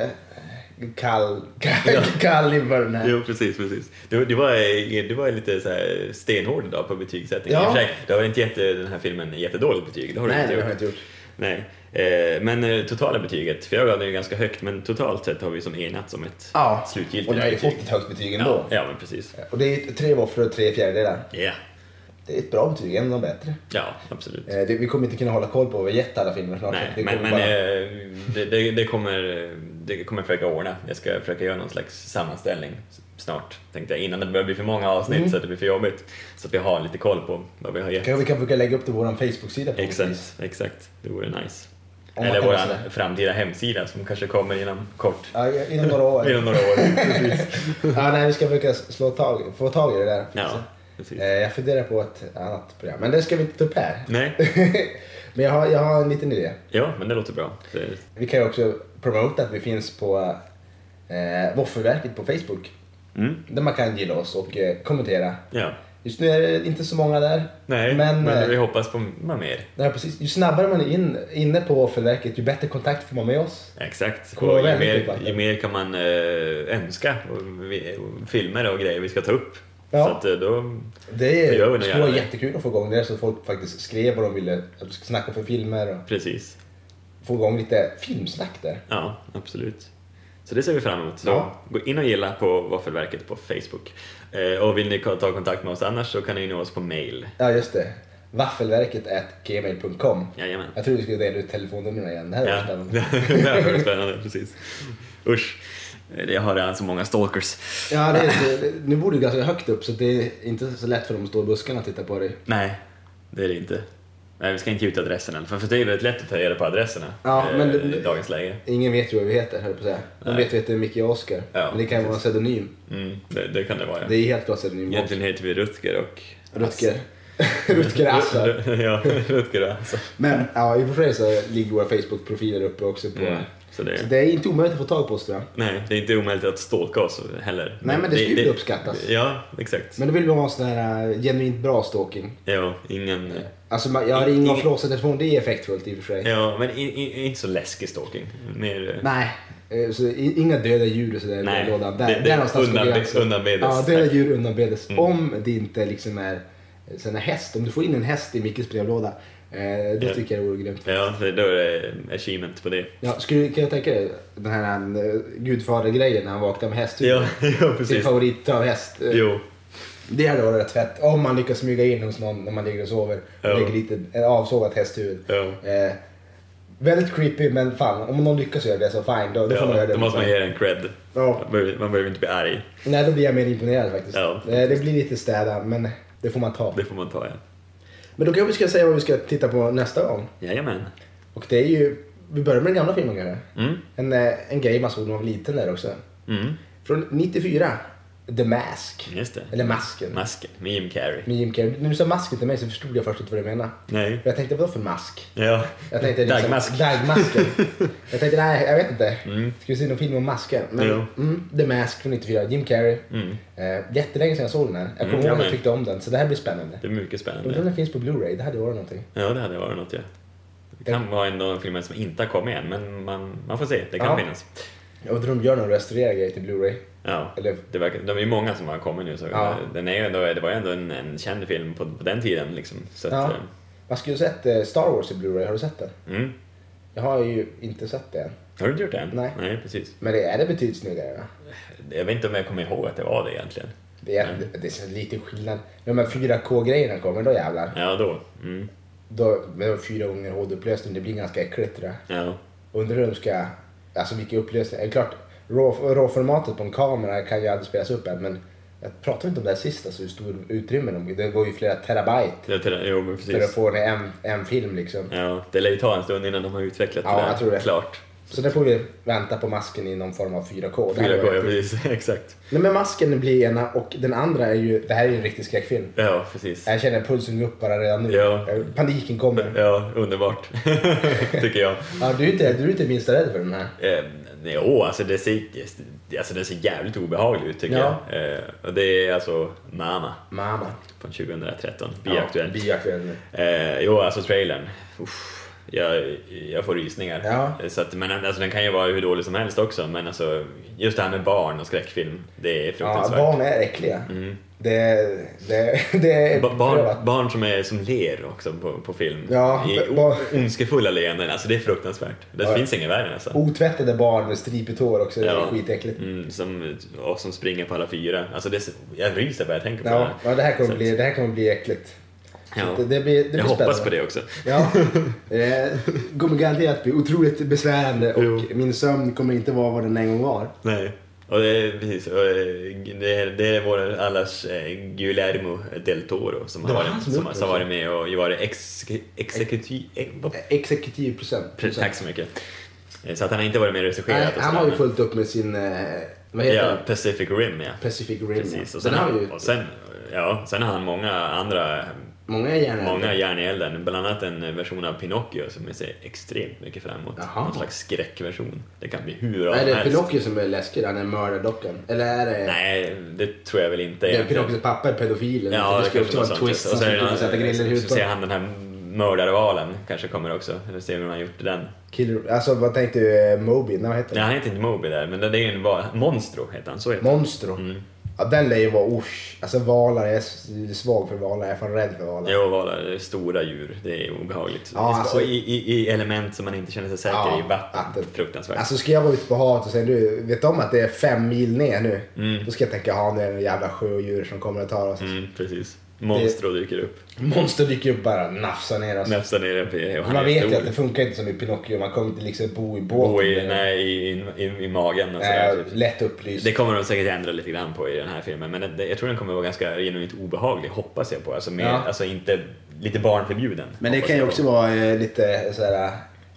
S1: eh, kall, kall, kall inför den här.
S2: Jo, precis, precis. Du, du, var, du var lite så här stenhård idag på betygssättningen.
S1: Ja.
S2: I och för sig, Du har väl inte gett eh, den här filmen jättedåligt betyg? Det har du
S1: Nej,
S2: inte
S1: det har
S2: gjort.
S1: jag inte gjort.
S2: Nej, eh, men eh, totala betyget, för jag gav den ju ganska högt, men totalt sett har vi som enats om ett
S1: Ja,
S2: slutgiltigt
S1: och du har ju
S2: betyg.
S1: fått ett högt betyg ändå.
S2: ja, ja, men precis.
S1: Och det är ju tre våfflor och tre fjärdedelar.
S2: Ja,
S1: Det är ett bra betyg, en av de bättre.
S2: ja absolut.
S1: Eh, det, vi kommer inte kunna hålla koll på vad vi har gett alla filmer snart.
S2: Nej,
S1: Det
S2: men,
S1: kommer
S2: men
S1: bara-
S2: eh, det, det, det, kommer, det kommer jag försöka ordna. Jag ska försöka göra någon slags sammanställning s- snart, tänkte jag, innan det börjar bli för många avsnitt
S1: Mm.
S2: så att det blir för jobbigt. Så att vi har lite koll på vad vi har gett.
S1: Kanske vi kan försöka lägga upp det på vår Facebook-sida på något vis.
S2: Exakt, exakt. Det vore nice.
S1: Om man
S2: Eller
S1: kan
S2: vår
S1: lösa det.
S2: framtida hemsida som kanske kommer inom kort.
S1: Ja, inom några år.
S2: Inom några år. Precis.
S1: ja, nej, vi ska försöka slå tag, få tag i det där.
S2: Ja,
S1: Eh,
S2: precis.
S1: Jag funderar på ett annat program, men det ska vi inte ta upp här.
S2: Nej,
S1: men jag har, jag har en liten idé.
S2: ja, men det låter bra. Det,
S1: Vi kan ju också promota att vi finns på eh, Våffelverket på Facebook.
S2: mm,
S1: Där man kan gilla oss och eh, kommentera.
S2: ja.
S1: Just nu är det inte så många där.
S2: Nej, men,
S1: men, eh,
S2: vi hoppas på m- mer.
S1: det här precis, ju snabbare man är in, inne på Våffelverket, ju bättre kontakt får man med oss.
S2: Exakt.
S1: Kommer
S2: Och ju,
S1: vara väldigt
S2: mer,
S1: uppvaktad.
S2: ju mer kan man eh, önska och, vi- och filmer och grejer vi ska ta upp.
S1: Ja.
S2: Så att, eh, då,
S1: Det
S2: Det gör vi
S1: är,
S2: nog
S1: skulle vara
S2: gärna.
S1: jättekul att få igång det så folk faktiskt skrev vad de ville att vi ska snacka för filmer och
S2: precis.
S1: få igång lite filmsnack där.
S2: Ja, absolut. Så det ser vi fram emot. Så
S1: Ja.
S2: Gå in och gilla på Våffelverket på Facebook. Eh, och vill ni ko- ta kontakt med oss annars så kan ni nå oss på mail.
S1: Ja, just det. Vaffelverket at gmail.com.
S2: Jajamän.
S1: Jag tror vi skulle dela ut telefonnumren igen. Det här var
S2: Ja,
S1: spännande.
S2: det här var spännande, precis. Usch, jag har redan så många stalkers.
S1: Ja, det är, så- nu bor du ganska högt upp så det är inte så lätt för dem att stå i buskarna och titta på dig.
S2: Nej, det är det inte. Nej, vi ska inte ge ut adressen i alla fall, för det är väldigt lätt att ta reda på adresserna
S1: Ja,
S2: eh,
S1: men-
S2: i dagens läge.
S1: Ingen vet ju vad vi heter, höll jag på att säga. De vet ju att det är Micke och Oscar.
S2: Ja,
S1: men det kan vara en pseudonym.
S2: Mm, det, det kan det vara.
S1: Det
S2: Ja.
S1: är helt klart pseudonym.
S2: Egentligen heter vi Rutger och...
S1: Rutger. Rutger Assar.
S2: ja, Rutger och Assar.
S1: Men ja, i och för sig så ligger våra Facebook-profiler uppe också på...
S2: Mm, så det,
S1: Så det är inte omöjligt att få tag på oss tror jag.
S2: Nej, det är inte omöjligt att stalka oss heller.
S1: Nej, men det skulle uppskattas.
S2: Mm. Ja, exakt.
S1: Men då vill vi ha en sån här eh, genuint bra stalking.
S2: Ja, ingen...
S1: Alltså man- jag ringer och
S2: i-
S1: flåsar telefon, det är effektfullt i och för sig.
S2: Ja, men i- i- inte så läskig stalking. Mer... eh,
S1: Nej, eh, så i- inga döda djur och sådär i
S2: Nej,
S1: den lådan. Där,
S2: det- det-
S1: där någonstans
S2: undan-
S1: går gränsen.
S2: undanbedes. Mm.
S1: Ja, döda djur undanbedes. Om det inte liksom är eh, sån här häst. Om du får in en häst i Mickes brevlåda, eh, det
S2: Ja.
S1: tycker jag vore grymt.
S2: Ja, det- då är det achievement på det.
S1: Ja, skulle, kan jag tänka dig den här eh, gudfader-grejen när han vaknar med häst?
S2: Ja, ja
S1: Sin
S2: precis.
S1: favorit av häst. eh,
S2: Jo,
S1: Det hade varit rätt fett. Om man lyckas smyga in hos någon när man ligger och sover.
S2: Ja.
S1: Och lägger dit ett ett avsågat hästhuvud.
S2: Ja.
S1: Eh, Väldigt creepy, men fan om någon lyckas göra det så fine, då, då får man göra
S2: Ja,
S1: det.
S2: då måste man ge den cred.
S1: Ja.
S2: Man behöver- Man behöver inte bli arg.
S1: Nej, då blir jag mer imponerad faktiskt.
S2: Ja.
S1: Eh, Det blir lite städa, men det får man ta.
S2: Det får man ta, ja.
S1: Men då kanske vi ska säga vad vi ska titta på nästa gång.
S2: Jajamän.
S1: Och det är ju, vi börjar med den gamla filmen kanske.
S2: Mm.
S1: En, eh, en grej man såg när man var liten där också.
S2: Mm.
S1: Från 94, The Mask.
S2: Just det.
S1: Eller Masken.
S2: Masken med Jim Carrey.
S1: Med Jim Carrey. När du sa masken till mig så förstod jag först inte vad du menade.
S2: Nej.
S1: För jag tänkte, vadå för mask?
S2: Ja.
S1: Jag tänkte, liksom,
S2: Dagmask. Mm.
S1: Dagmasken. jag tänkte, nej jag vet inte. Ska vi se någon film om masken? Men,
S2: Jo.
S1: mm, The Mask från 94, Jim Carrey.
S2: Mm.
S1: Eh, jättelänge sedan jag såg den här. Jag
S2: Mm,
S1: kommer ihåg att
S2: jag
S1: jag
S2: med.
S1: tyckte om den, så det här blir spännande.
S2: Det är mycket
S1: Undrar om
S2: spännande.
S1: den finns på Blu-ray, det hade varit någonting.
S2: Ja, det hade varit något, ja. Det kan vara en av de filmer som inte har kommit än, men man, man får se. Det kan
S1: Ja.
S2: finnas.
S1: Jag undrar om de gör någon restaurerad grej till Blu-ray.
S2: Ja.
S1: Eller,
S2: Det verkar, de är ju många som har kommit nu, så
S1: Ja.
S2: den är ju ändå, det var ju ändå en, en känd film på, på den tiden. Liksom. Så att,
S1: Ja.
S2: eh,
S1: man skulle ju sett eh, Star Wars i Blu-ray, har du sett den?
S2: Mm.
S1: Jag har ju inte sett det än.
S2: Har du inte gjort det än?
S1: Nej.
S2: Nej, precis.
S1: Men det är det betydligt snyggare va?
S2: Jag vet inte om jag kommer ihåg att det var det egentligen.
S1: Det är,
S2: Mm.
S1: det är så lite skillnad. När de här 4K-grejerna kommer, då jävlar.
S2: Ja, då. Mm.
S1: Då, med de fyra gånger HD-upplösning, det blir ganska äckligt det där.
S2: Ja.
S1: Undrar hur de ska... Alltså vilken upplösning. Det är klart, rå- råformatet på en kamera kan ju aldrig spelas upp än, men jag pratade inte om det här sist, alltså hur stor utrymme de... Det går ju flera terabyte
S2: Det är till- Jo, men
S1: för att
S2: precis.
S1: få det i en, en film liksom.
S2: Ja, det lär ju ta en stund innan de har utvecklat
S1: Ja,
S2: det där.
S1: jag tror det.
S2: Klart.
S1: Så där får vi vänta på masken i någon form av 4K. Det här
S2: Fyra
S1: var
S2: K,
S1: ju-
S2: ja precis. Exakt.
S1: Nej men masken blir ena och den andra är ju... Det här är ju en riktig skräckfilm.
S2: Ja, precis.
S1: Jag känner pulsen gå upp bara redan nu.
S2: Ja.
S1: Eh, Paniken kommer.
S2: Ja, underbart. Tycker jag.
S1: Ja, du är inte, du är inte minsta rädd för den här.
S2: Eh, jo, alltså det ser, alltså det ser jävligt obehagligt ut tycker
S1: Ja.
S2: jag. Eh, och det är alltså Mama
S1: Mamma.
S2: från 2013, biaktuell.
S1: Biaktuell nu.
S2: Eh, jo, alltså trailern. Uff, jag, jag får rysningar.
S1: Ja.
S2: Så att, men alltså, den kan ju vara hur dålig som helst också, men alltså, just det här med barn och skräckfilm, det är
S1: Ja,
S2: fruktansvärt.
S1: barn är äckliga. Det, det, det är
S2: Mm. Ba-
S1: prövat.
S2: barn, barn som, är, som ler också på, på film.
S1: Ja,
S2: I
S1: ba-
S2: o- ondskefulla leenden, alltså det är fruktansvärt. Det
S1: Ja.
S2: finns inget värre än alltså.
S1: Otvättade barn med stripigt hår också. Det är
S2: Ja.
S1: skitäckligt.
S2: Mm, som, och som springer på alla fyra. Alltså det, är så- jag ryser bara jag tänker på
S1: Ja,
S2: det.
S1: ja, det här
S2: Så
S1: kommer
S2: att-
S1: bli, det här kommer bli äckligt. Så
S2: Ja.
S1: att Det, det blir, det blir
S2: jag hoppas
S1: spännande.
S2: på det också.
S1: Ja, det kommer garanterat bli otroligt besvärande och
S2: Jo.
S1: min sömn kommer inte vara vad den en gång var.
S2: Nej. Och det, är, precis, och eh, det, är, det är vår allas eh, Guillermo del Toro som har
S1: Det var
S2: varit,
S1: han som
S2: som,
S1: gjort det
S2: som varit med och varit ex, exekutiv... Ex, vad-
S1: Exekutiv procent.
S2: pre- tack så mycket. Eh, Så att han har inte varit med och regisserat
S1: Nej,
S2: och
S1: han
S2: sådär,
S1: har ju
S2: men-
S1: fullt upp med sin, eh, vad heter
S2: Ja,
S1: den?
S2: Pacific Rim ja.
S1: Pacific Rim.
S2: Precis. Och sen,
S1: den har
S2: har,
S1: ju
S2: och sen, ja, sen har han många andra
S1: många hjärnor.
S2: Många järn i elden, bland annat en version av Pinocchio som jag ser extremt mycket fram emot.
S1: Jaha.
S2: Någon slags skräckversion. Det kan bli hur bra
S1: Är
S2: som
S1: det
S2: helst.
S1: Pinocchio som är läskig? Han är mördardockan? Eller är det...
S2: Nej, det tror jag väl
S1: Det
S2: inte.
S1: är
S2: egentligen.
S1: Pinocchios pappa är pedofil. eller
S2: Ja,
S1: något.
S2: det,
S1: det skulle också
S2: kanske
S1: vara
S2: var
S1: en
S2: sånt.
S1: twist
S2: Och
S1: som
S2: så är
S1: skulle
S2: det
S1: kunna
S2: någon-
S1: sätta griller i
S2: Så ser
S1: huvudet.
S2: han den här mördarvalen kanske kommer också. Vi får se hur de har gjort den.
S1: Killer... Alltså vad tänkte du? eh, Moby? Nej, vad heter
S2: Nej,
S1: den?
S2: han heter inte Moby där, men det är ju en val. Monstro heter han, så heter han.
S1: Monstro.
S2: Mm.
S1: Ja, den lär ju vara usch. Alltså valar, jag är s- svag för valar. Jag är fan rädd för valar.
S2: Jo, valar det är stora djur. Det är obehagligt.
S1: Ja,
S2: I-
S1: alltså-
S2: I, i, I element som man inte känner sig säker
S1: Ja,
S2: i. Vatten.
S1: vatten.
S2: Fruktansvärt.
S1: Alltså ska jag vara ute på havet och säga du, vet du om att det är fem mil ner nu? Då ska jag tänka, ja nu är det några jävla sjödjur som kommer att ta oss.
S2: Mm, precis. Monstro dyker upp.
S1: Monster dyker upp bara nafsar ner oss.
S2: Nästan är det och han
S1: Man
S2: är
S1: vet ju
S2: stor.
S1: att det funkar inte som i Pinocchio, man kommer inte liksom bo i båten.
S2: Och i, nej, i, i, i, i magen och
S1: Nej,
S2: sådär. typ.
S1: lätt upplyst.
S2: Det kommer de säkert ändra lite grann på i den här filmen, men det, jag tror den kommer vara ganska genuint obehaglig, hoppas jag på. Alltså, mer,
S1: Ja.
S2: alltså inte lite barnförbjuden.
S1: Men det
S2: hoppas
S1: kan ju
S2: jag på.
S1: också vara eh, lite såhär,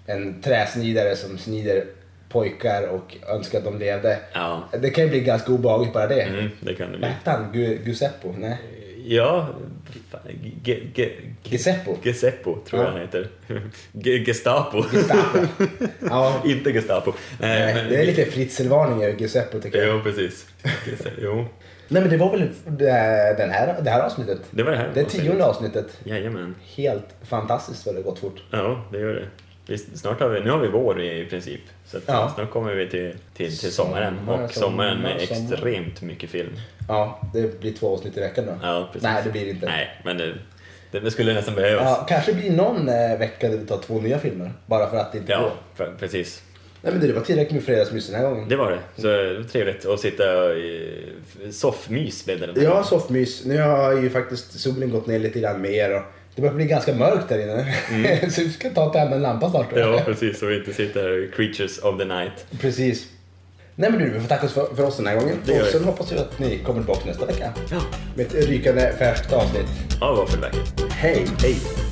S1: en träsnidare som snider pojkar och önskar att de levde.
S2: Ja,
S1: Det kan ju bli ganska obehagligt bara det.
S2: mm, det kan det
S1: Vad
S2: bli.
S1: hette han? Gu- Giuseppo? Nej.
S2: Ja, fan, ge, ge, ge,
S1: Giuseppo?
S2: Geseppo tror
S1: Ja.
S2: jag han heter. Ge, Gestapo.
S1: Gestapo. Ja,
S2: inte Gestapo. Nej,
S1: nej,
S2: men-
S1: det är lite fritzelvarning över Giuseppo tycker jag.
S2: Jo, precis. Gese- Jo,
S1: Nej men det var väl det- den här, det här avsnittet?
S2: det var det här.
S1: Det tionde avsnittet.
S2: Jajamän.
S1: Helt fantastiskt vad det har gått fort.
S2: Ja, det gör det. Vi, snart har vi, nu har vi vår i princip, så att
S1: Ja.
S2: snart kommer vi till, till, till sommaren.
S1: Sommar,
S2: och sommaren
S1: sommar,
S2: är
S1: sommar.
S2: extremt mycket film.
S1: Ja, det blir två avsnitt i veckan då.
S2: Ja, precis.
S1: Nej, det blir det inte.
S2: Nej, men det, det, det skulle nästan behövas.
S1: Ja, kanske blir någon eh, vecka där vi tar två nya filmer. Bara för att det inte går.
S2: Ja, för, precis.
S1: Nej men du, det var tillräckligt med fredagsmys den här gången.
S2: Det var det. Så det var trevligt att sitta i soffmys blev det. den här
S1: Jag har soffmys. Nu har ju faktiskt solen gått ner lite grann mer och Det börjar bli ganska mörkt där inne. så vi ska ta och tända en lampa snart. tror jag.
S2: Mm. Ja, precis. Så vi inte sitter här i Creatures of the Night.
S1: Precis. Nej men du, vi får tacka oss för, för oss den här gången.
S2: Det gör
S1: Och
S2: vi.
S1: sen hoppas vi att ni kommer tillbaka nästa vecka.
S2: Ja.
S1: Med ett rykande färskt avsnitt.
S2: Av Våffelverket.
S1: Hej!
S2: Hej!